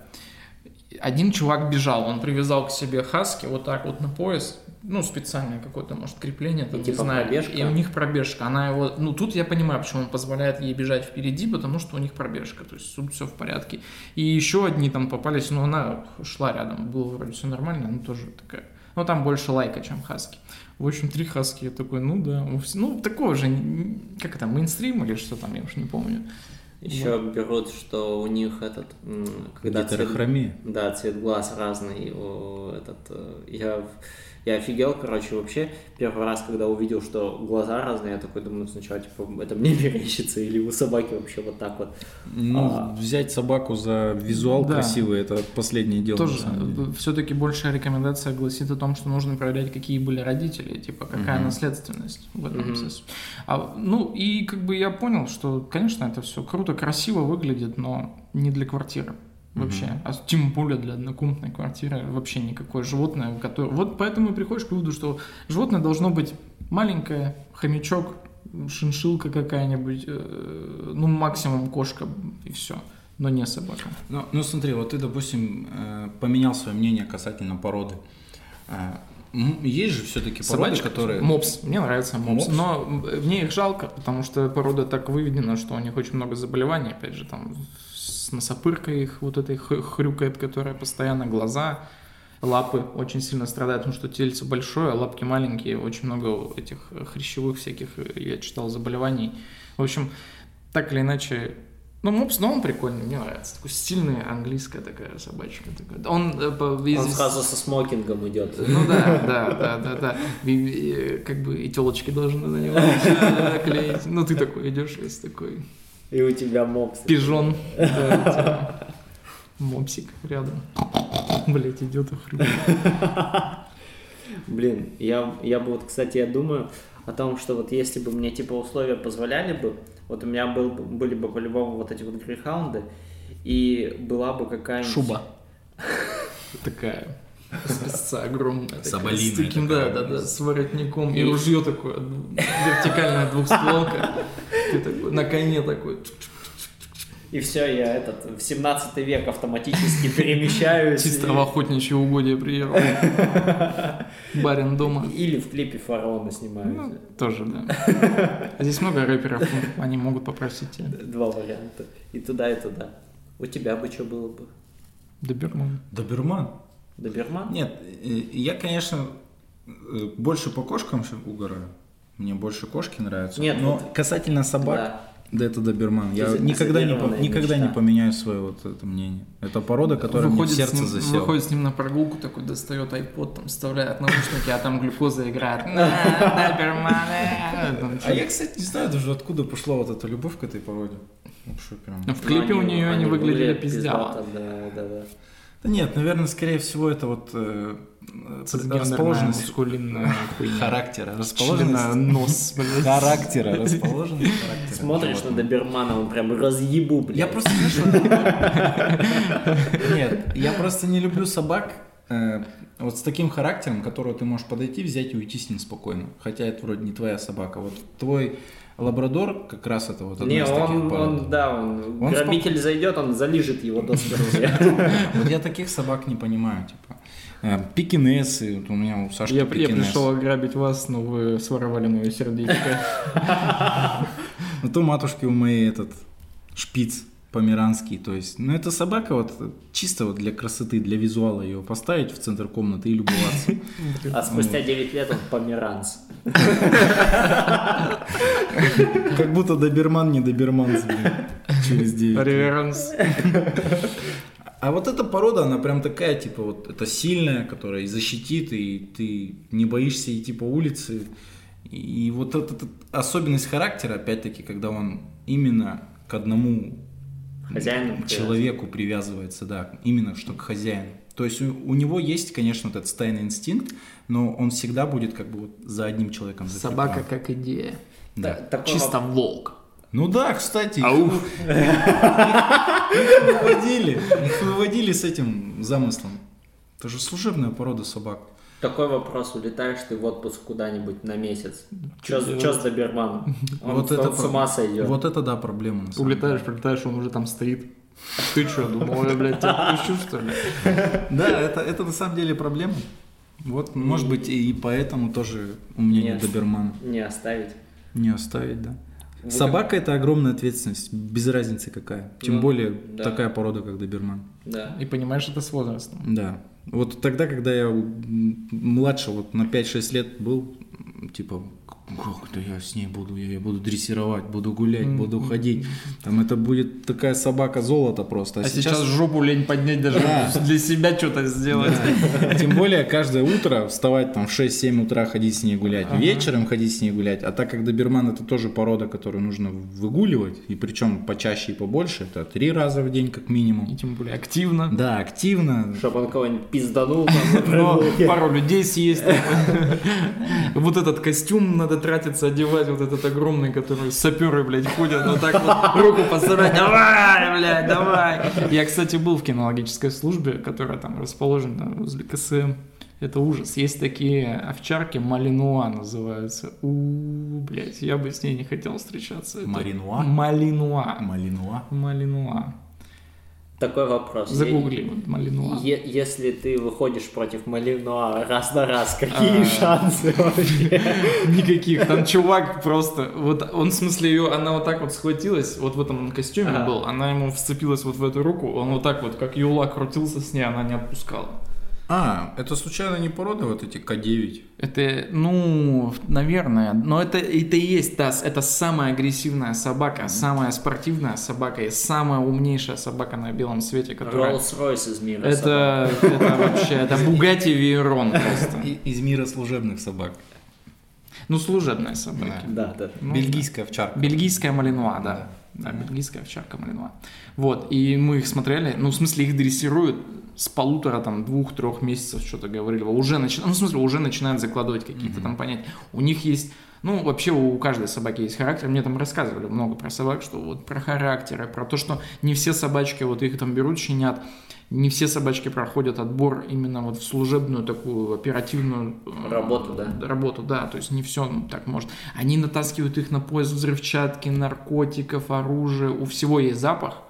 Один чувак бежал, он привязал к себе хаски вот так вот на пояс, ну, специальное какое-то, может, крепление, там, И не типа знаю. пробежка? И у них пробежка, она его... Ну, тут я понимаю, почему он позволяет ей бежать впереди, потому что у них пробежка, то есть тут все в порядке. И еще одни там попались, но она шла рядом, было вроде все нормально, она тоже такая... Ну, там больше лайка, чем хаски. В общем, три хаски, я такой, ну да, у вс- ну, такого же, н- как это, мейнстрим или что там, я уж не помню. Еще берут, что у них этот... м, Когда цвет- Гетерохромия. Да, цвет глаз разный. о, Этот, э, я, в- я офигел, короче, вообще. Первый раз, когда увидел, что глаза разные, я такой думаю сначала, типа, это мне мерещится, или у собаки вообще вот так вот. Ну, А. взять собаку за визуал Да. красивый, это последнее дело. на Тоже самом деле. все-таки большая рекомендация гласит о том, что нужно проверять, какие были родители, типа какая наследственность в этом Мгм. смысле. А, ну и как бы я понял, что, конечно, это все круто, красиво выглядит, но не для квартиры. Вообще. А тем более для однокомнатной квартиры вообще никакое животное, которое... Вот поэтому и приходишь к выводу, что животное должно быть маленькое, хомячок, шиншилка какая-нибудь, э, ну, максимум кошка, и все. Но не собака. Ну, ну смотри, вот ты, допустим, э, поменял свое мнение касательно породы. А, м, Есть же все-таки породы, Собачка, которые... типа, Мопс. Мне нравится мопс, Мопс? Но мне их жалко, потому что порода так выведена, что у них очень много заболеваний. Опять же, там с носопыркой их вот этой хрю- хрюкает, которая постоянно глаза, лапы очень сильно страдают, потому что тельце большое, а лапки маленькие, очень много этих хрящевых всяких, э, я читал, заболеваний. В общем, так или иначе, ну, мопс, но он прикольный, мне нравится. Такой стильный английская такая собачка. такая. Он, э, по- Он из- сразу со смокингом идет. ну да, да, да, да, да. И- и, э, как бы и телочки должны на него э, клеить. Ну ты такой идешь весь такой И у тебя мопс. пижон. Да, типа. Мопсик рядом. Блять, идет и хрюкает. Блин, я, я бы вот, кстати, я думаю о том, что вот если бы мне типа условия позволяли бы, вот у меня был, бы- были бы по-любому вот эти вот грейхаунды, и была бы какая-нибудь... Шуба. Такая. Спеца огромная. такая, Соболиная С таким, да, такая. да, да, с воротником. И И- ружье такое, ну, вертикальная двухстволка. Ты такой, на коне такой. И все, я этот, в 17 век автоматически перемещаюсь. Чисто в охотничье угодье приехал. Барин дома. Или в клипе фараона снимаюсь. Ну, тоже, да. А здесь много рэперов, ну, они могут попросить э, тебя. Два варианта. И туда, и туда. У тебя бы что было бы? Доберман. Доберман. Доберман? Нет, э, я, конечно, э, больше по кошкам чем угораю. Мне больше кошки нравятся. Нет, но вот- касательно собак, Да. да, это доберман. Я есть это никогда не, по- зонированная никогда мечта. не поменяю свое вот это мнение. Это порода, которая мне в Выходит с, сердце ним, засела. выходит с ним на прогулку, такой достает iPod, там вставляет наушники, а там глюкоза играет. На, Доберман, э. Там А я, чё- кстати, не знаю даже, откуда пошла вот эта любовь к этой породе. Вообще прям. Ну, В клипе Ну, у нее они выглядели пиздяво. пиздато, Да, да, да. Да нет, наверное, скорее всего, это вот э, расположенность Маскулинная характера. Члена Расположенность нос, блядь. характера. Расположенность характера. Смотришь на животного. Добермана, он прям разъебу, блядь. Я просто, знаешь, вот- Нет, я просто не люблю собак э, вот с таким характером, которого ты можешь подойти, взять и уйти с ним спокойно. Хотя это вроде не твоя собака. Вот твой лабрадор как раз это вот одна Не, из таких он, пород. он, да, он, Он грабитель зайдет, он залижет его до смерти. Вот я таких собак не понимаю, типа. Э, Пекинесы, вот у меня у Сашки Я, я пекинес. пришел ограбить вас, но вы своровали мое сердечко. Ну, то матушки у моей этот шпиц померанский, то есть, ну это собака вот чисто вот для красоты, для визуала ее поставить в центр комнаты и любоваться. А спустя Ну. 9 лет он померанц. Как будто доберман не доберман блин, через 9 лет. Реверанс. А вот эта порода, она прям такая, типа, вот это сильная, которая и защитит, и ты не боишься идти по улице. И вот эта эта особенность характера, опять-таки, когда он именно к одному Хозяину к человеку привязывается, да, именно что к хозяину. То есть у, у него есть, конечно, вот этот стайный инстинкт, но он всегда будет как бы вот за одним человеком. закреплен. Собака как идея. Да. Та- такой Чисто воп- волк. Ну да, кстати. их Ауф. вы- Их выводили. Их выводили с этим замыслом. Это же служебная порода собак. Такой вопрос, улетаешь ты в отпуск куда-нибудь на месяц. Чё делать? с чё с Доберманом? Он, Вот он это с про- ума сойдет. Вот это да, проблема. на самом Улетаешь, прилетаешь, он уже там стоит. Ты что, думал, я, блядь, тебя пущу, что ли? деле. Да, это, это на самом деле проблема. Вот, может быть, и поэтому тоже у меня нет Нет. добермана. Не оставить. Не оставить, да. Собака это огромная ответственность, без разницы какая. Тем Ну, более да. такая порода, как доберман. Да. И понимаешь, это с возрастом. Да. Вот тогда, когда я м, младше, вот на 5-6 лет был, м, типа, как это я с ней буду, я ее буду дрессировать, буду гулять, буду ходить. Там это будет такая собака золото просто. А сейчас, жопу лень поднять даже для себя что-то сделать. Тем более каждое утро вставать там в 6-7 утра, ходить с ней гулять, вечером ходить с ней гулять. А так как доберман это тоже порода, которую нужно выгуливать, и причем почаще и побольше, это три раза в день как И минимум. тем более активно. Да, активно. Чтоб он кого-нибудь пизданул там на Но прогулке. пару людей съесть. Вот этот костюм надо тратиться, одевать, вот этот огромный, который саперы, блядь, ходят, но так вот руку посрать, давай, блядь, давай. Я, кстати, был в кинологической службе, которая там расположена возле КСМ. Это ужас. Есть такие овчарки, малинуа называются. У, блядь, я бы с ней не хотел встречаться. Это- Маринуа? Малинуа. Малинуа. Малинуа. Такой вопрос. Загугли вот малинуа. Е- если ты выходишь против Малинуа раз на раз, какие А. шансы вообще? Никаких. Там чувак просто... Вот он, в смысле, ее, она вот так вот схватилась, вот в этом он костюме Ага. был, она ему вцепилась вот в эту руку, он вот так вот, как юла, крутился с ней, она не отпускала. А, это случайно не породы вот эти К9? Это, ну, наверное, но это, это и есть та, с- это самая агрессивная собака, самая спортивная собака и самая умнейшая собака на белом свете, которая... Роллс-Ройс из мира. собак. Это, это вообще, это Бугати Вейрон просто. И- Из мира служебных собак. Ну, служебная собака. Да, да. Ну, Бельгийская овчарка. Бельгийская малинуа, да. Да, бельгийская овчарка малинуа. Вот, и мы их смотрели, ну, в смысле, их дрессируют с полутора, там, двух-трех месяцев что-то говорили, уже начинают, ну, в смысле, уже начинают закладывать какие-то там понятия. У них есть, ну, вообще у каждой собаки есть характер, мне там рассказывали много про собак, что вот про характеры, про то, что не все собачки, вот их там берут, щенят, не все собачки проходят отбор именно вот в служебную такую оперативную э, Работу, да. работу, да, то есть не все так может. Они натаскивают их на пояс взрывчатки, наркотиков, оружия, у всего есть запах,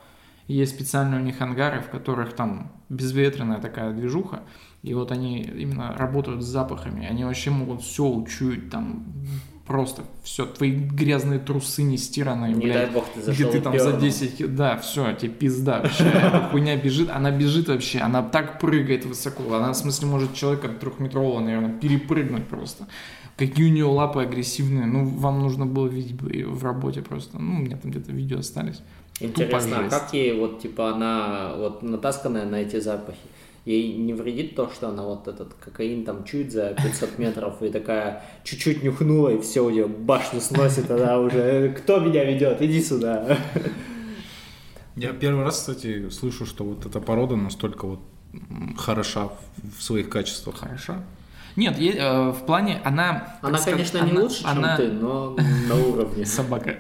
есть специальные у них ангары, в которых там безветренная такая движуха, и вот они именно работают с запахами, они вообще могут все учуять, там просто все, твои грязные трусы не стиранные, Не блядь. дай бог ты Где зашел ты и там за пёрнул. 10 ки- Да, все, тебе пизда вообще. Эта Хуйня бежит, она бежит вообще, она так прыгает высоко. Она, в смысле, может человека трехметрового, наверное, перепрыгнуть просто. Какие у нее лапы агрессивные. Ну, вам нужно было видеть бы её в работе просто. Ну, у меня там где-то видео остались. Интересно, Тупо а как ей вот типа она вот натасканная на эти запахи? Ей не вредит то, что она вот этот кокаин там чует за 500 метров и такая чуть-чуть нюхнула, и все, у нее башню сносит, она уже, кто меня ведет, иди сюда. Я первый раз, кстати, слышу, что вот эта порода настолько вот м, хороша в- в своих качествах. Хорошо. Нет, е- э, в плане она... Она, так сказать, конечно, не она- лучше, чем она- ты, но на уровне. Собака.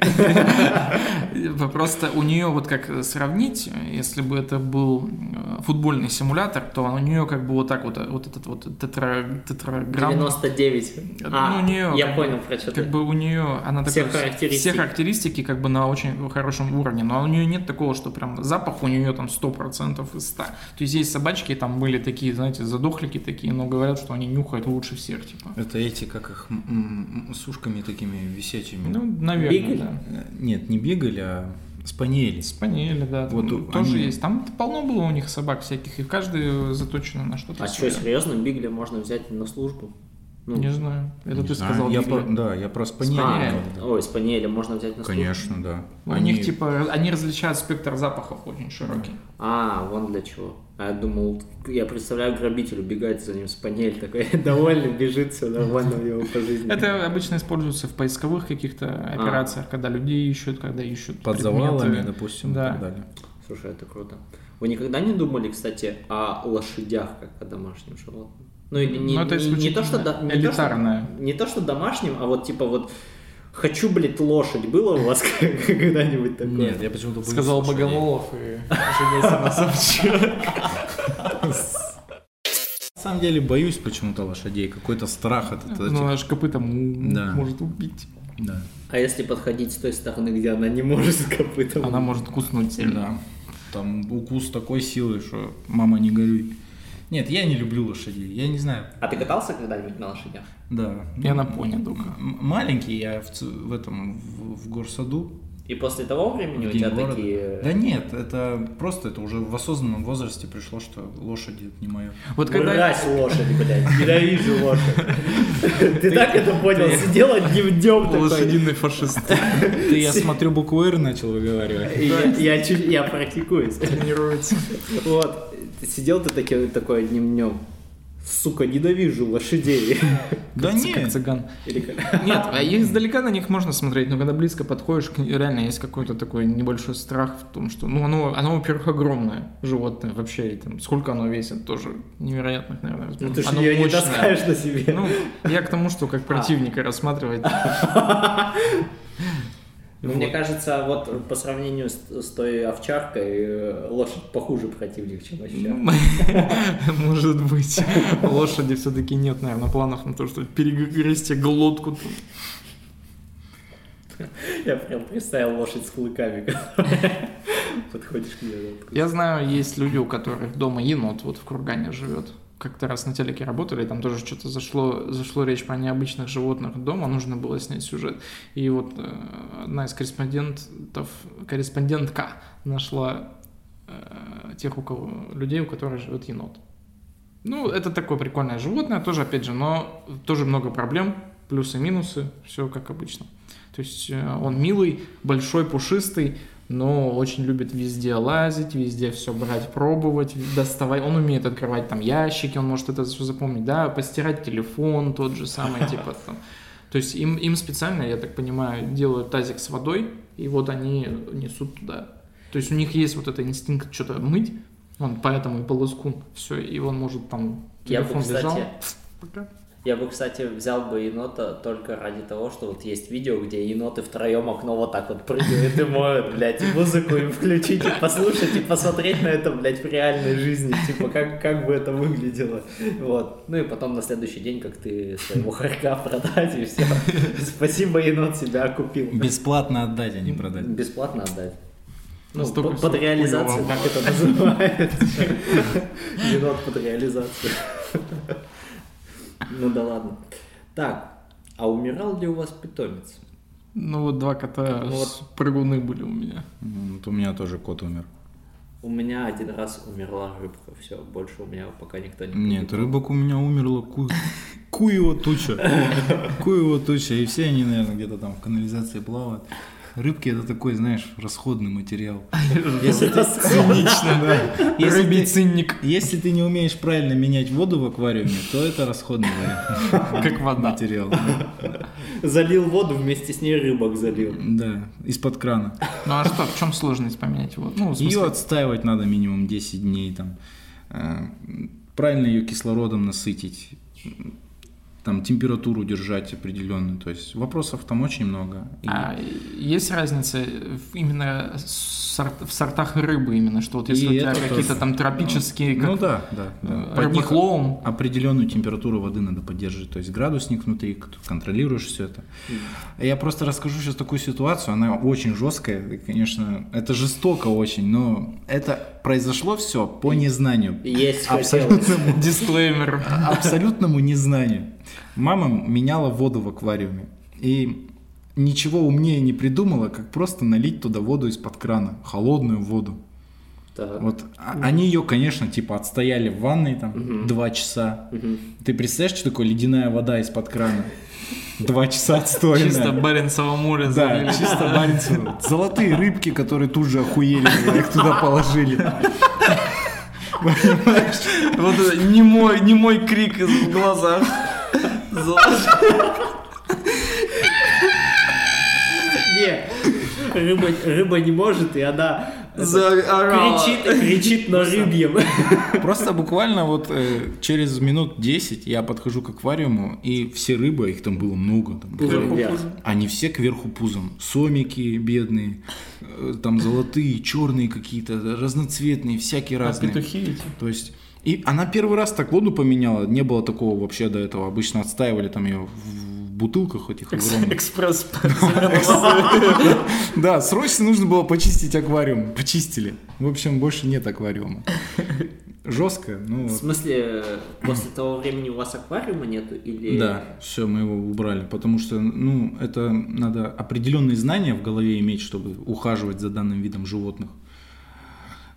Просто у нее вот как сравнить, если бы это был э, футбольный симулятор, то у нее как бы вот так вот, э, вот этот вот тетра, тетраграмма. 99. А, Ну, у неё я как понял, про что Как ты. бы у нее она Все такой- характеристики. все характеристики как бы на очень хорошем уровне, но у нее нет такого, что прям запах у нее там 100% из 100. То есть есть собачки, там были такие, знаете, задохлики такие, но говорят, что они нюхают лучше всех, типа. Это эти, как их, м, м, с ушками такими висячими. Ну, наверное, Бигль? да. Э, Нет, не бегали, а спаниели. Спаниели, да. Вот там у- тоже они- есть. Там полно было у них собак всяких, и каждый заточен на что-то. А что, свое. серьезно, Бигли можно взять на службу? Ну, Не знаю. Это Не ты знаю, сказал. я Бигль. про- Да, я про спаниели. а, Спаниель. говорил, Ой, спаниеля можно взять на да. службу? Конечно, да. У них типа они различают спектр запахов очень широкий. А, вон для чего. А я думал, я представляю, грабитель убегает за ним с панель такой, довольно бежит, все нормально у него по жизни. Это обычно используется в поисковых каких-то операциях, когда людей ищут, когда ищут А. под предметы. завалами, допустим, и Да. так далее. Слушай, это круто. Вы никогда не думали, кстати, о лошадях как о домашнем животном? Ну или не, Ну, это не- не то, что исключительно до- не то, что- элитарное. не то, что домашним, а вот типа вот хочу, блядь, лошадь. Было у вас когда-нибудь такое? Нет, я почему-то боюсь Сказал лошадей. Богололов и женился на Собчак. На самом деле боюсь почему-то лошадей. Какой-то страх от этого. Ну, аж копытом м, Да. может убить. Да. А если подходить с той стороны, где она не может с копытом? Она может куснуть сильно. Да. Там укус такой силы, что мама не горюй. Нет, я не люблю лошадей. Я не знаю. А ты катался когда-нибудь на лошадях? Да. Я на пони только. М- Маленький я в, ц- в этом в, в горсаду. И после того времени в у день тебя города. такие... э, Да нет, это просто это уже в осознанном возрасте пришло, что лошади это не мое. Вот когда Мразь лошадь, блядь, ненавижу лошадь. Ты так это понял? Сидел одним днем такой. лошадиный фашист. Ты, я смотрю, букву «Р» начал выговаривать. И я- Я чуть, я практикуюсь. тренируется. Вот. Ты Сидел ты таки- такой одним днем. Сука, ненавижу лошадей. Да Как нет, цыган. Или как? Нет, а издалека на них можно смотреть, но когда близко подходишь, к- реально есть какой-то такой небольшой страх в том, что, ну, оно, оно во-первых, огромное животное вообще, и там, сколько оно весит, тоже невероятных, наверное, Ну ты же Оно ее не мощное. таскаешь А. на себе. Ну, я к тому, что как противника рассматривать. Ну, мне кажется, вот по сравнению с, с той овчаркой, э, лошадь похуже противник, чем овчарка. Может быть. У Лошади все-таки нет, наверное, планов на то, что перегрызть тебе глотку. Я прям представил лошадь с клыками, которая подходишь к ней. вот. Я знаю, есть люди, у которых дома енот вот в Кургане живет. Как-то раз на телеке работали, там тоже что-то зашло, зашло речь про необычных животных дома, нужно было снять сюжет. И вот э, одна из корреспондентов, корреспондентка нашла э, тех, у кого, людей, у которых живет енот. Ну, это такое прикольное животное тоже, опять же, но тоже много проблем, плюсы, минусы, все как обычно. То есть э, он милый, большой, пушистый, но очень любит везде лазить, везде все брать, пробовать, доставать. Он умеет открывать там ящики, он может это все запомнить, да, постирать телефон тот же самый, типа там. То есть им, им специально, я так понимаю, делают тазик с водой, и вот они несут туда. То есть у них есть вот этот инстинкт что-то мыть, он поэтому и полоскун, все, и он может там Я бы, телефон лежал. кстати, Пока. Я бы, кстати, взял бы енота только ради того, что вот есть видео, где еноты втроем окно вот так вот прыгают и моют, блядь, и музыку им включить, и послушать, и посмотреть на это, блядь, в реальной жизни, типа, как, как бы это выглядело, вот. Ну и потом на следующий день, как ты своего хорька продать, и все. Спасибо, енот себя окупил. Бесплатно отдать, а не продать. Бесплатно отдать. Ну, Настолько под, всё под реализацию, хуёво. как это называется. Енот под реализацию. Ну да ладно. Так, а умирал ли у вас питомец? Ну вот два кота Ну с- прыгуны были у меня. М, Вот у меня тоже кот умер. У меня один раз умерла рыбка, все, больше у меня пока никто не... Нет, рыбок у меня умерло ку... его туча. его туча. И все они, наверное, где-то там в канализации плавают. Рыбки это такой, знаешь, расходный материал. Если ты цинично, да. Если Рыбий ты- цинник, Если ты не умеешь правильно менять воду в аквариуме, то это расходный вариант. как вода. материал. да. Залил воду, вместе с ней рыбок залил. Да, из-под крана. Ну а что, в чем сложность поменять его? Ну, в смысле, Ее отстаивать надо минимум 10 дней. Там. Э, Правильно ее кислородом насытить. Там температуру держать определенную. То есть вопросов там очень много. И а есть разница в- именно сор- в сортах рыбы именно, что вот если И у тебя это какие-то тоже. там тропические, Ну как да, да. да. э, Под них рыбоклоун, определенную температуру воды надо поддерживать, то есть градусник внутри, к- контролируешь все это. Я просто расскажу сейчас такую ситуацию, она очень жесткая, и, конечно, это жестоко очень, но это произошло все по незнанию, Есть хотелось. абсолютному, дисклеймер. абсолютному незнанию. Мама меняла воду в аквариуме, и ничего умнее не придумала, как просто налить туда воду из-под крана, холодную воду. Так. Вот а- они ее, конечно, типа отстояли в ванной там два часа. Мгм. Ты представляешь, что такое ледяная вода из-под крана? Два часа Чисто отстойная. Баренцево море залили. Да, чисто баренцево. Золотые рыбки, которые тут же охуели, когда их туда положили. Вот это не мой, не мой крик из- в глазах. Золото. Не, рыба, рыба не может, и она это, Заорала. кричит, кричит на рыбьем. Просто буквально вот э, через минут 10 я подхожу к аквариуму, и все рыбы, а их там было много, там, Пузом вверх. Они все кверху пузом. Сомики бедные, э, там золотые, черные какие-то, разноцветные, всякие разные. А Петухи эти. То есть... И она первый раз так воду поменяла, не было такого вообще до этого. Обычно отстаивали там ее в бутылках этих огромных. Экспресс. Да, срочно нужно было почистить аквариум. Почистили. В общем, больше нет аквариума. Жестко, В ну вот. смысле, после того времени у вас аквариума нету? Или... Да, все, мы его убрали, потому что, ну, это надо определенные знания в голове иметь, чтобы ухаживать за данным видом животных.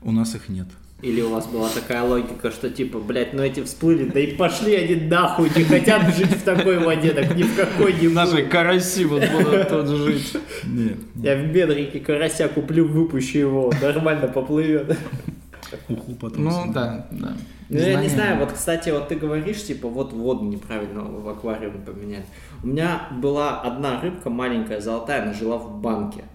У нас их нет. Или у вас была такая логика, что типа, блядь, ну эти всплыли, да и пошли они нахуй, не хотят жить в такой воде, так ни в какой не Наши караси вот будут тут жить. Нет. Я в бедрике карася куплю, выпущу его, нормально поплывет. Уху потом. Ну съем. да, да. Ну, я не Знание. знаю, вот, кстати, вот ты говоришь, типа, вот воду неправильно в аквариум поменять. У меня была одна рыбка маленькая, золотая, она жила в банке.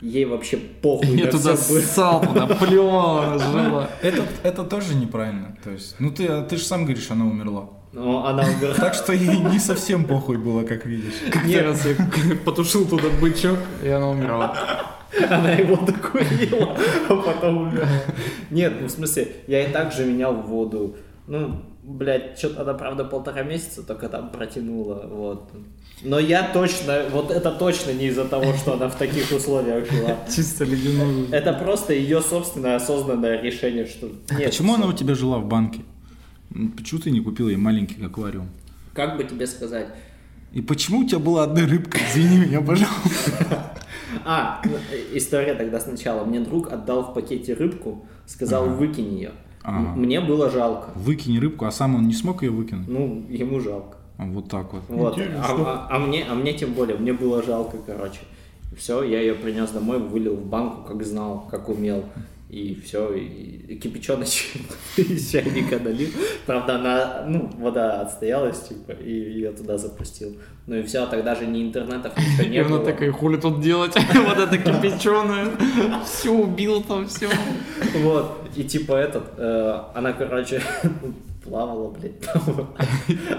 Ей вообще похуй Я на туда всё было. ссал, туда плевал, жила. Это, это тоже неправильно. То есть, ну ты, ты же сам говоришь, она умерла. Но она умерла. Так что ей не совсем похуй было, как видишь. Как-то раз я потушил туда бычок, и она умерла. Она его докурила, а потом умерла. Нет, ну в смысле, я и так же менял воду. Ну, блядь, что-то она, правда, полтора месяца только там протянула, вот. Но я точно, вот это точно не из-за того, что она в таких условиях жила. Чисто ледяную. Это просто ее собственное осознанное решение, что... Нет, А Почему она у тебя жила в банке? М, Почему ты не купил ей маленький аквариум? Как бы тебе сказать? И почему у тебя была одна рыбка? Извини меня, пожалуйста. А, ну, э, история тогда сначала. Мне друг отдал в пакете рыбку, сказал, выкинь ее. Ага. Мне было жалко. Выкинь рыбку, а сам он не смог ее выкинуть? Ну, ему жалко. А, Вот так вот. Вот. А, а- а мне, а мне тем более, мне было жалко, короче. Все, я ее принес домой, вылил в банку, как знал, как умел. И все, и кипяченоч из чайника налил. Правда, она, ну, вода отстоялась, типа, и ее туда запустил. Ну и все, тогда же ни интернетов, ничего И не она было. такая, хули тут делать? Вот это кипяченая. Все убил там, все. Вот, и типа этот, э, она, короче, плавала, блядь, там.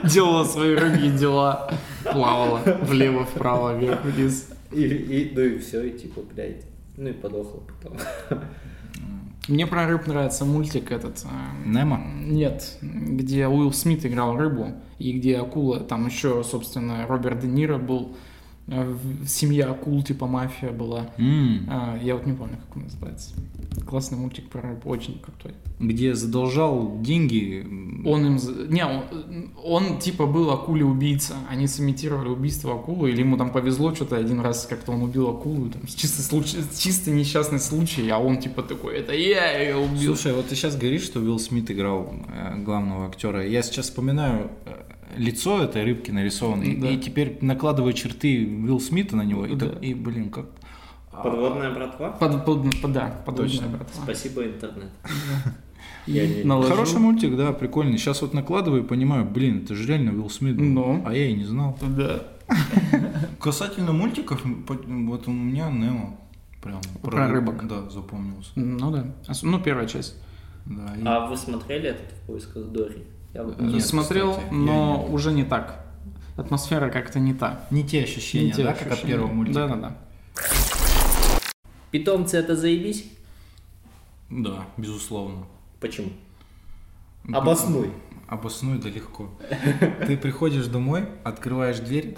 Делала свои рыбьи дела. Плавала влево, вправо, вверх, вниз. И, и, ну и все, и типа, блядь, ну и подохла потом. Мне про рыб нравится мультик этот. э, Немо? Нет, где Уилл Смит играл рыбу, и где акула, там еще, собственно, Роберт Де Ниро был, э, в- семья акул, типа мафия была. М, А, я вот не помню, как он называется. Классный мультик про рыбу, очень крутой. Где задолжал деньги. м, Он им... за- Не, он, он, типа был акуле-убийца. Они сымитировали убийство акулы, или ему там повезло что-то один раз, как-то он убил акулу, там, чисто, случай, чисто несчастный случай, а он типа такой, это я ее убил. Слушай, вот ты сейчас говоришь, что Уилл Смит играл э, главного актера. Я сейчас вспоминаю э, лицо этой рыбки нарисованное, и- Да. и теперь накладываю черты Уилл Смита на него, и, Да. так- и, блин, как... Подводная братва? Под, под- под- да, подводная Точно. братва. Спасибо, интернет. Я не- Наложил. Хороший мультик, да, прикольный. Сейчас вот накладываю и понимаю, блин, это же реально Уилл Смит. был. Ну. А я и не знал. Да. Касательно мультиков, вот у меня Немо прям про Про рыб- рыбок. Да, запомнился. Ну да. Ос- Ну, первая часть. А вы смотрели этот в поисках Дори? Я вот- Нет, Э, Смотрел, кстати, я но уже не так. Атмосфера как-то не та. Не те ощущения, Не те да, как от ощущения. первого мультика? Да-да-да. Питомцы это заебись? Да, безусловно. Почему? Обоснуй. Обосную да легко. Ты приходишь домой, открываешь дверь,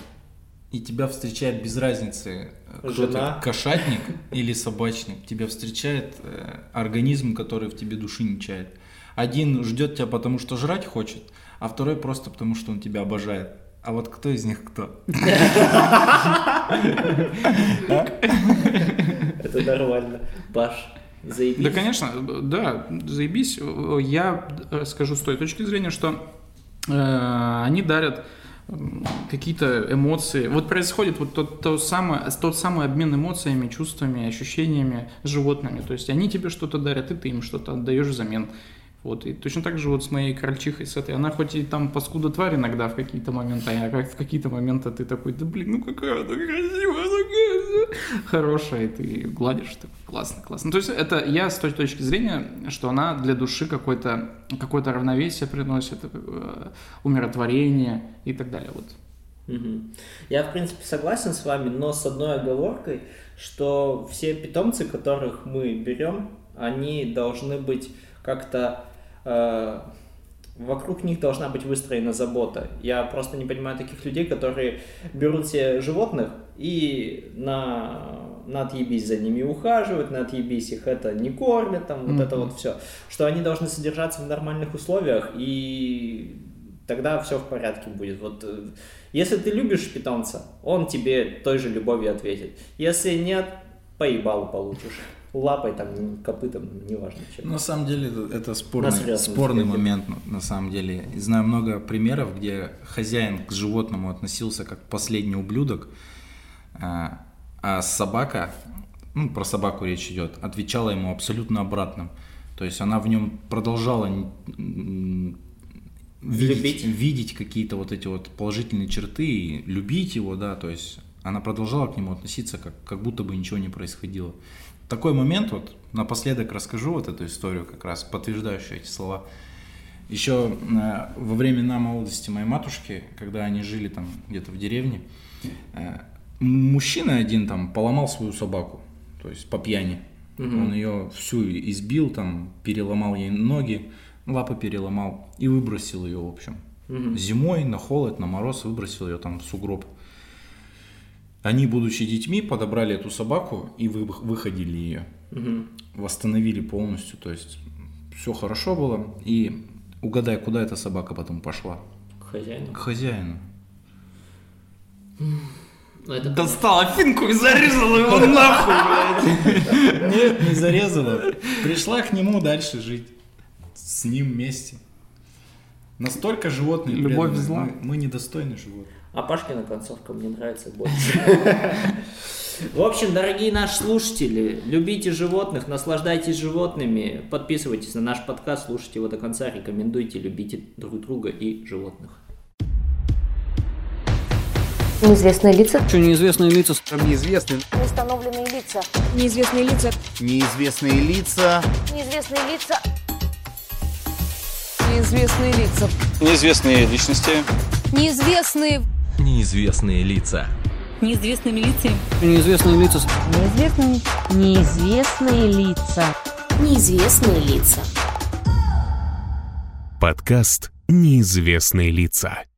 и тебя встречает без разницы, э, кто Жена. ты, кошатник или собачник. Тебя встречает э, организм, который в тебе души не чает. Один ждет тебя, потому что жрать хочет, а второй просто потому, что он тебя обожает. А вот кто из них кто? Это нормально. Паш, заебись. Да, конечно, да, заебись. Я скажу с той точки зрения, что э, они дарят м, какие-то эмоции. Вот происходит вот тот, то самое, тот самый обмен эмоциями, чувствами, ощущениями с животными. То есть они тебе что-то дарят, и ты им что-то отдаешь взамен. Вот, и точно так же вот с моей крольчихой, с этой, она хоть и там паскуда тварь иногда в какие-то моменты, а как в какие-то моменты ты такой, да блин, ну какая она красивая, такая вся хорошая, и ты гладишь, так классно, классно. Ну, То есть это я с той точки зрения, что она для души какое-то какое равновесие приносит, э, умиротворение и так далее. Вот. Мгм. Я, в принципе, согласен с вами, но с одной оговоркой, что все питомцы, которых мы берем, они должны быть как-то... э, вокруг них должна быть выстроена забота. Я просто не понимаю таких людей, которые берут себе животных и на, на отъебись за ними ухаживают, на отъебись их это не кормят, там вот это вот все. Что они должны содержаться в нормальных условиях и тогда все в порядке будет. Вот э, если ты любишь питомца, он тебе той же любовью ответит. Если нет, поебалу получишь. Лапой там, копытом, неважно чем. На самом деле это- это спорный, Нас рядом спорный сидит. момент, на- на самом деле. И Знаю много примеров, где хозяин к животному относился как последний ублюдок, а, а собака, ну про собаку речь идет, отвечала ему абсолютно обратным. То есть она в нем продолжала м, м, видеть, Любить. видеть какие-то вот эти вот положительные черты и любить его, да, то есть она продолжала к нему относиться, как, как будто бы ничего не происходило. Такой момент, вот напоследок расскажу вот эту историю, как раз подтверждающую эти слова. Еще э, во времена молодости моей матушки, когда они жили там где-то в деревне, э, мужчина один там поломал свою собаку, то есть по пьяни. Он ее всю избил, там переломал ей ноги, лапы переломал и выбросил ее, в общем. Зимой на холод, на мороз выбросил ее там в сугроб. Они, будучи детьми, подобрали эту собаку и вы- выходили ее. Восстановили полностью, то есть все хорошо было. И угадай, куда эта собака потом пошла? К хозяину. К хозяину. Ну, это Достал Афинку и зарезал его нахуй, блядь. Нет, не зарезала. Пришла к нему дальше жить. С ним вместе. Настолько животные Любовь преданы. зла. Мы, мы недостойны животных. А Пашкина концовка мне нравится больше. В общем, дорогие наши слушатели, любите животных, наслаждайтесь животными, подписывайтесь на наш подкаст, слушайте его до конца, рекомендуйте, любите друг друга и животных. Неизвестные лица. Неизвестные, Неустановленные лица. Неизвестные лица. неизвестные лица. Неизвестные лица. Неизвестные лица. Неизвестные личности. Неизвестные. Неизвестные лица. Неизвестные милиции. Неизвестные. Неизвестные лица. Неизвестные лица. Подкаст «Неизвестные лица».